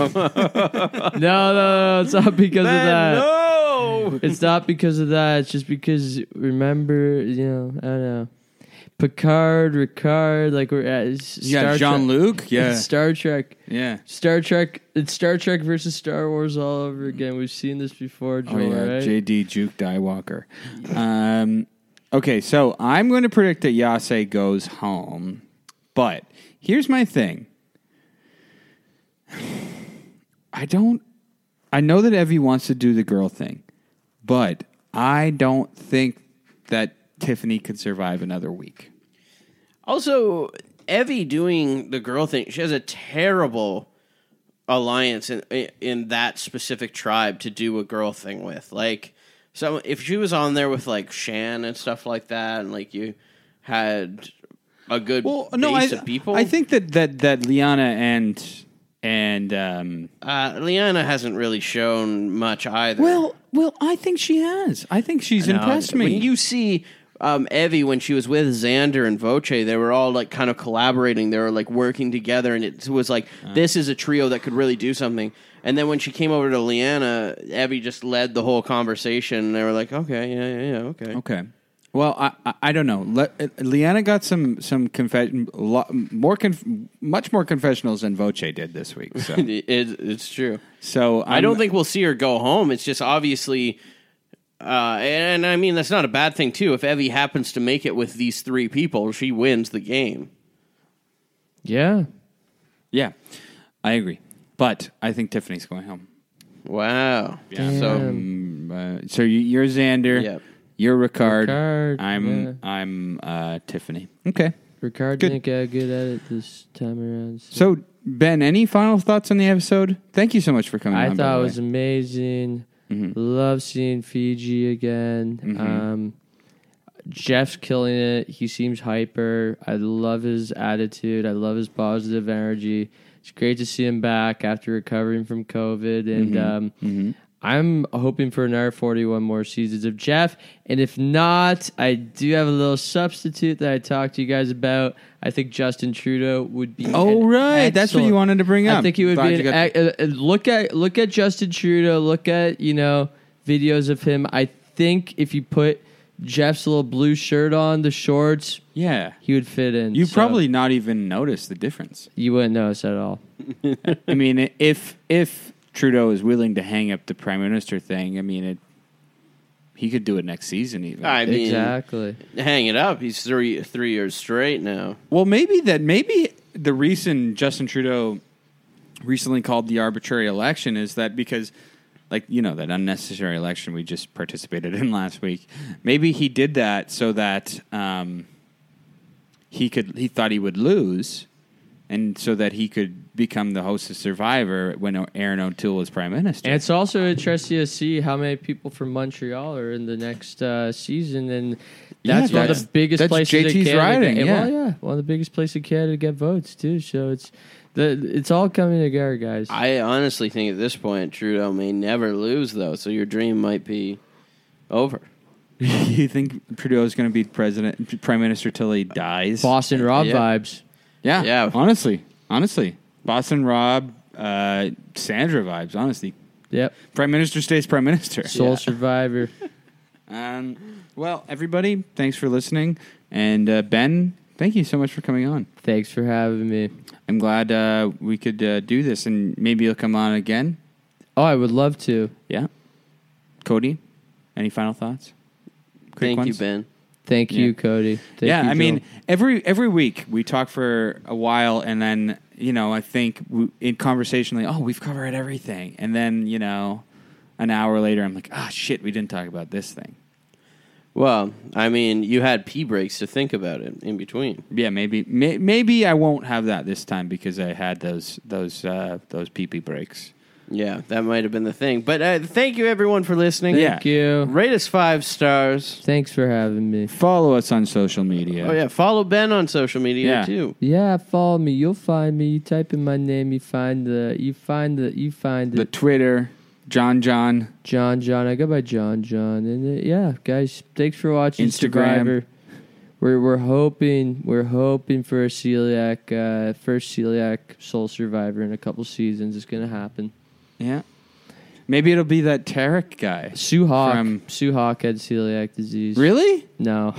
no, no, it's not because of that.
no!
it's not because of that. It's just because remember, you know, I don't know. Picard, Ricard, like we're at it's
Yeah,
Star
Jean
Trek.
Luc. Yeah.
It's Star Trek.
yeah.
Star Trek. It's Star Trek versus Star Wars all over again. We've seen this before,
Oh,
Joel.
yeah.
right?
JD Juke Die Walker. Um, okay, so I'm going to predict that Yase goes home. But here's my thing. I don't. I know that Evie wants to do the girl thing, but I don't think that Tiffany could survive another week.
Also, Evie doing the girl thing, she has a terrible alliance in in that specific tribe to do a girl thing with. Like, so if she was on there with like Shan and stuff like that, and like you had a good
Well, no,
base
I,
of people,
I think that that that Liana and and um,
uh, Liana hasn't really shown much either.
well, well, I think she has. I think she's
No,
impressed me.
When you see um, Evie when she was with Xander and Voce, they were all like kind of collaborating. They were like working together, and it was like
Uh.
this is a trio that could really do something. And then when she came over to Leanna, Evie just led the whole conversation, and they were like, "Okay, yeah, yeah, yeah, okay."
Okay. Well, I, I, I don't know. Le, uh, Leanna got some some confession, lo, more conf, much more confessionals than Voce did this week. So,
It, it's true.
so
I don't
I'm-
think we'll see her go home. It's just obviously, uh, and I mean that's not a bad thing too. If Evie happens to make it with these three people, she wins the game.
Yeah.
Yeah, I agree. But I think Tiffany's going home.
Wow. So
Damn.
Uh, so you, you're Xander.
Yep.
You're Ricard.
Ricard,
I'm
yeah.
I'm uh, Tiffany. Okay.
Ricard
Good.
didn't get good at it this time around. so-
So Ben, any final thoughts on the episode? Thank you so much for coming.
I
on, by
thought
the
it
way. Mm-hmm.
was amazing. Love seeing Fiji again. Um, Jeff's killing it. He seems hyper. I love his attitude. I love his positive energy. It's great to see him back after recovering from COVID. And
Mm-hmm.
um, I'm hoping for another 41 more seasons of Jeff. And if not, I do have a little substitute that I talked to you guys about. I think Justin Trudeau would be.
Oh,
an
right. That's what you
excellent-
wanted to bring
I
up.
think it would
Thought
be
you
an
got-
ex- uh, uh, look at look at Justin Trudeau. Look at you know videos of him. I think if you put Jeff's little blue shirt on, the shorts,
Yeah.
he would fit in.
You
So
probably not even noticed the difference.
you wouldn't notice at all.
I mean, if if Trudeau is willing to hang up the prime minister thing, I mean, it he could do it next season even.
I mean,
exactly.
hang it up. He's three three years straight now.
Well, maybe that maybe the reason Justin Trudeau recently called the arbitrary election is that because like you know that unnecessary election we just participated in last week. Maybe he did that so that um, he could he thought he would lose and so that he could become the host of Survivor when Aaron O'Toole was prime minister.
And it's also interesting to see how many people from Montreal are in the next uh, season, and
Yeah,
that's one of
that's-
the biggest
that's
places. in
JT's
Canada
riding,
get-
yeah.
well, yeah, one of the biggest places in Canada to get votes too. So it's the it's all coming together, guys.
I honestly think at this point Trudeau may never lose though, so your dream might be over.
you think Trudeau is going to be president, prime minister till he dies?
Boston Rob
Yeah.
vibes.
yeah,
Yeah.
Honestly, honestly, Boston Rob, uh, Sandra vibes. Honestly,
Yep.
prime minister stays prime minister.
Soul Survivor.
Um, well, everybody, thanks for listening, and uh, Ben, thank you so much for coming on.
Thanks for having me.
I'm glad uh, we could uh, do this, and maybe you'll come on again.
Oh, I would love to.
Yeah, Cody, any final thoughts? Quick
Thank you,
ones?
Ben.
Thank
Yeah.
you, Cody. Thank
yeah,
you,
I mean,
Joel.
every every week we talk for a while, and then you know, I think we, in conversationally, oh, we've covered everything, and then you know, an hour later, I'm like, ah, shit, we didn't talk about this thing.
Well, I mean, you had pee breaks to think about it in between.
Yeah, maybe may, maybe I won't have that this time because I had those those uh, those pee pee breaks.
Yeah, that might have been the thing. But uh, thank you everyone for listening.
Yeah.
Thank you.
Rate us five stars.
Thanks for having me.
Follow us on social media.
Oh yeah, follow Ben on social media
Yeah.
too.
Yeah, follow me. You'll find me. You type in my name, you find the you find the you find
the
the
Twitter, John John.
John John. I go by John John. And uh, yeah, guys, thanks for watching
Instagram.
Survivor. We're we're hoping we're hoping for a celiac uh, first celiac soul survivor in a couple seasons. It's gonna happen.
Yeah, maybe it'll be that Tarek guy.
Sue Hawk.
From-
Sue Hawk had celiac disease.
Really?
No.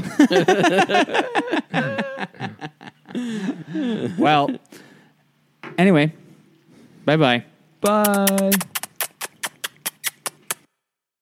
well, anyway, bye bye.
Bye.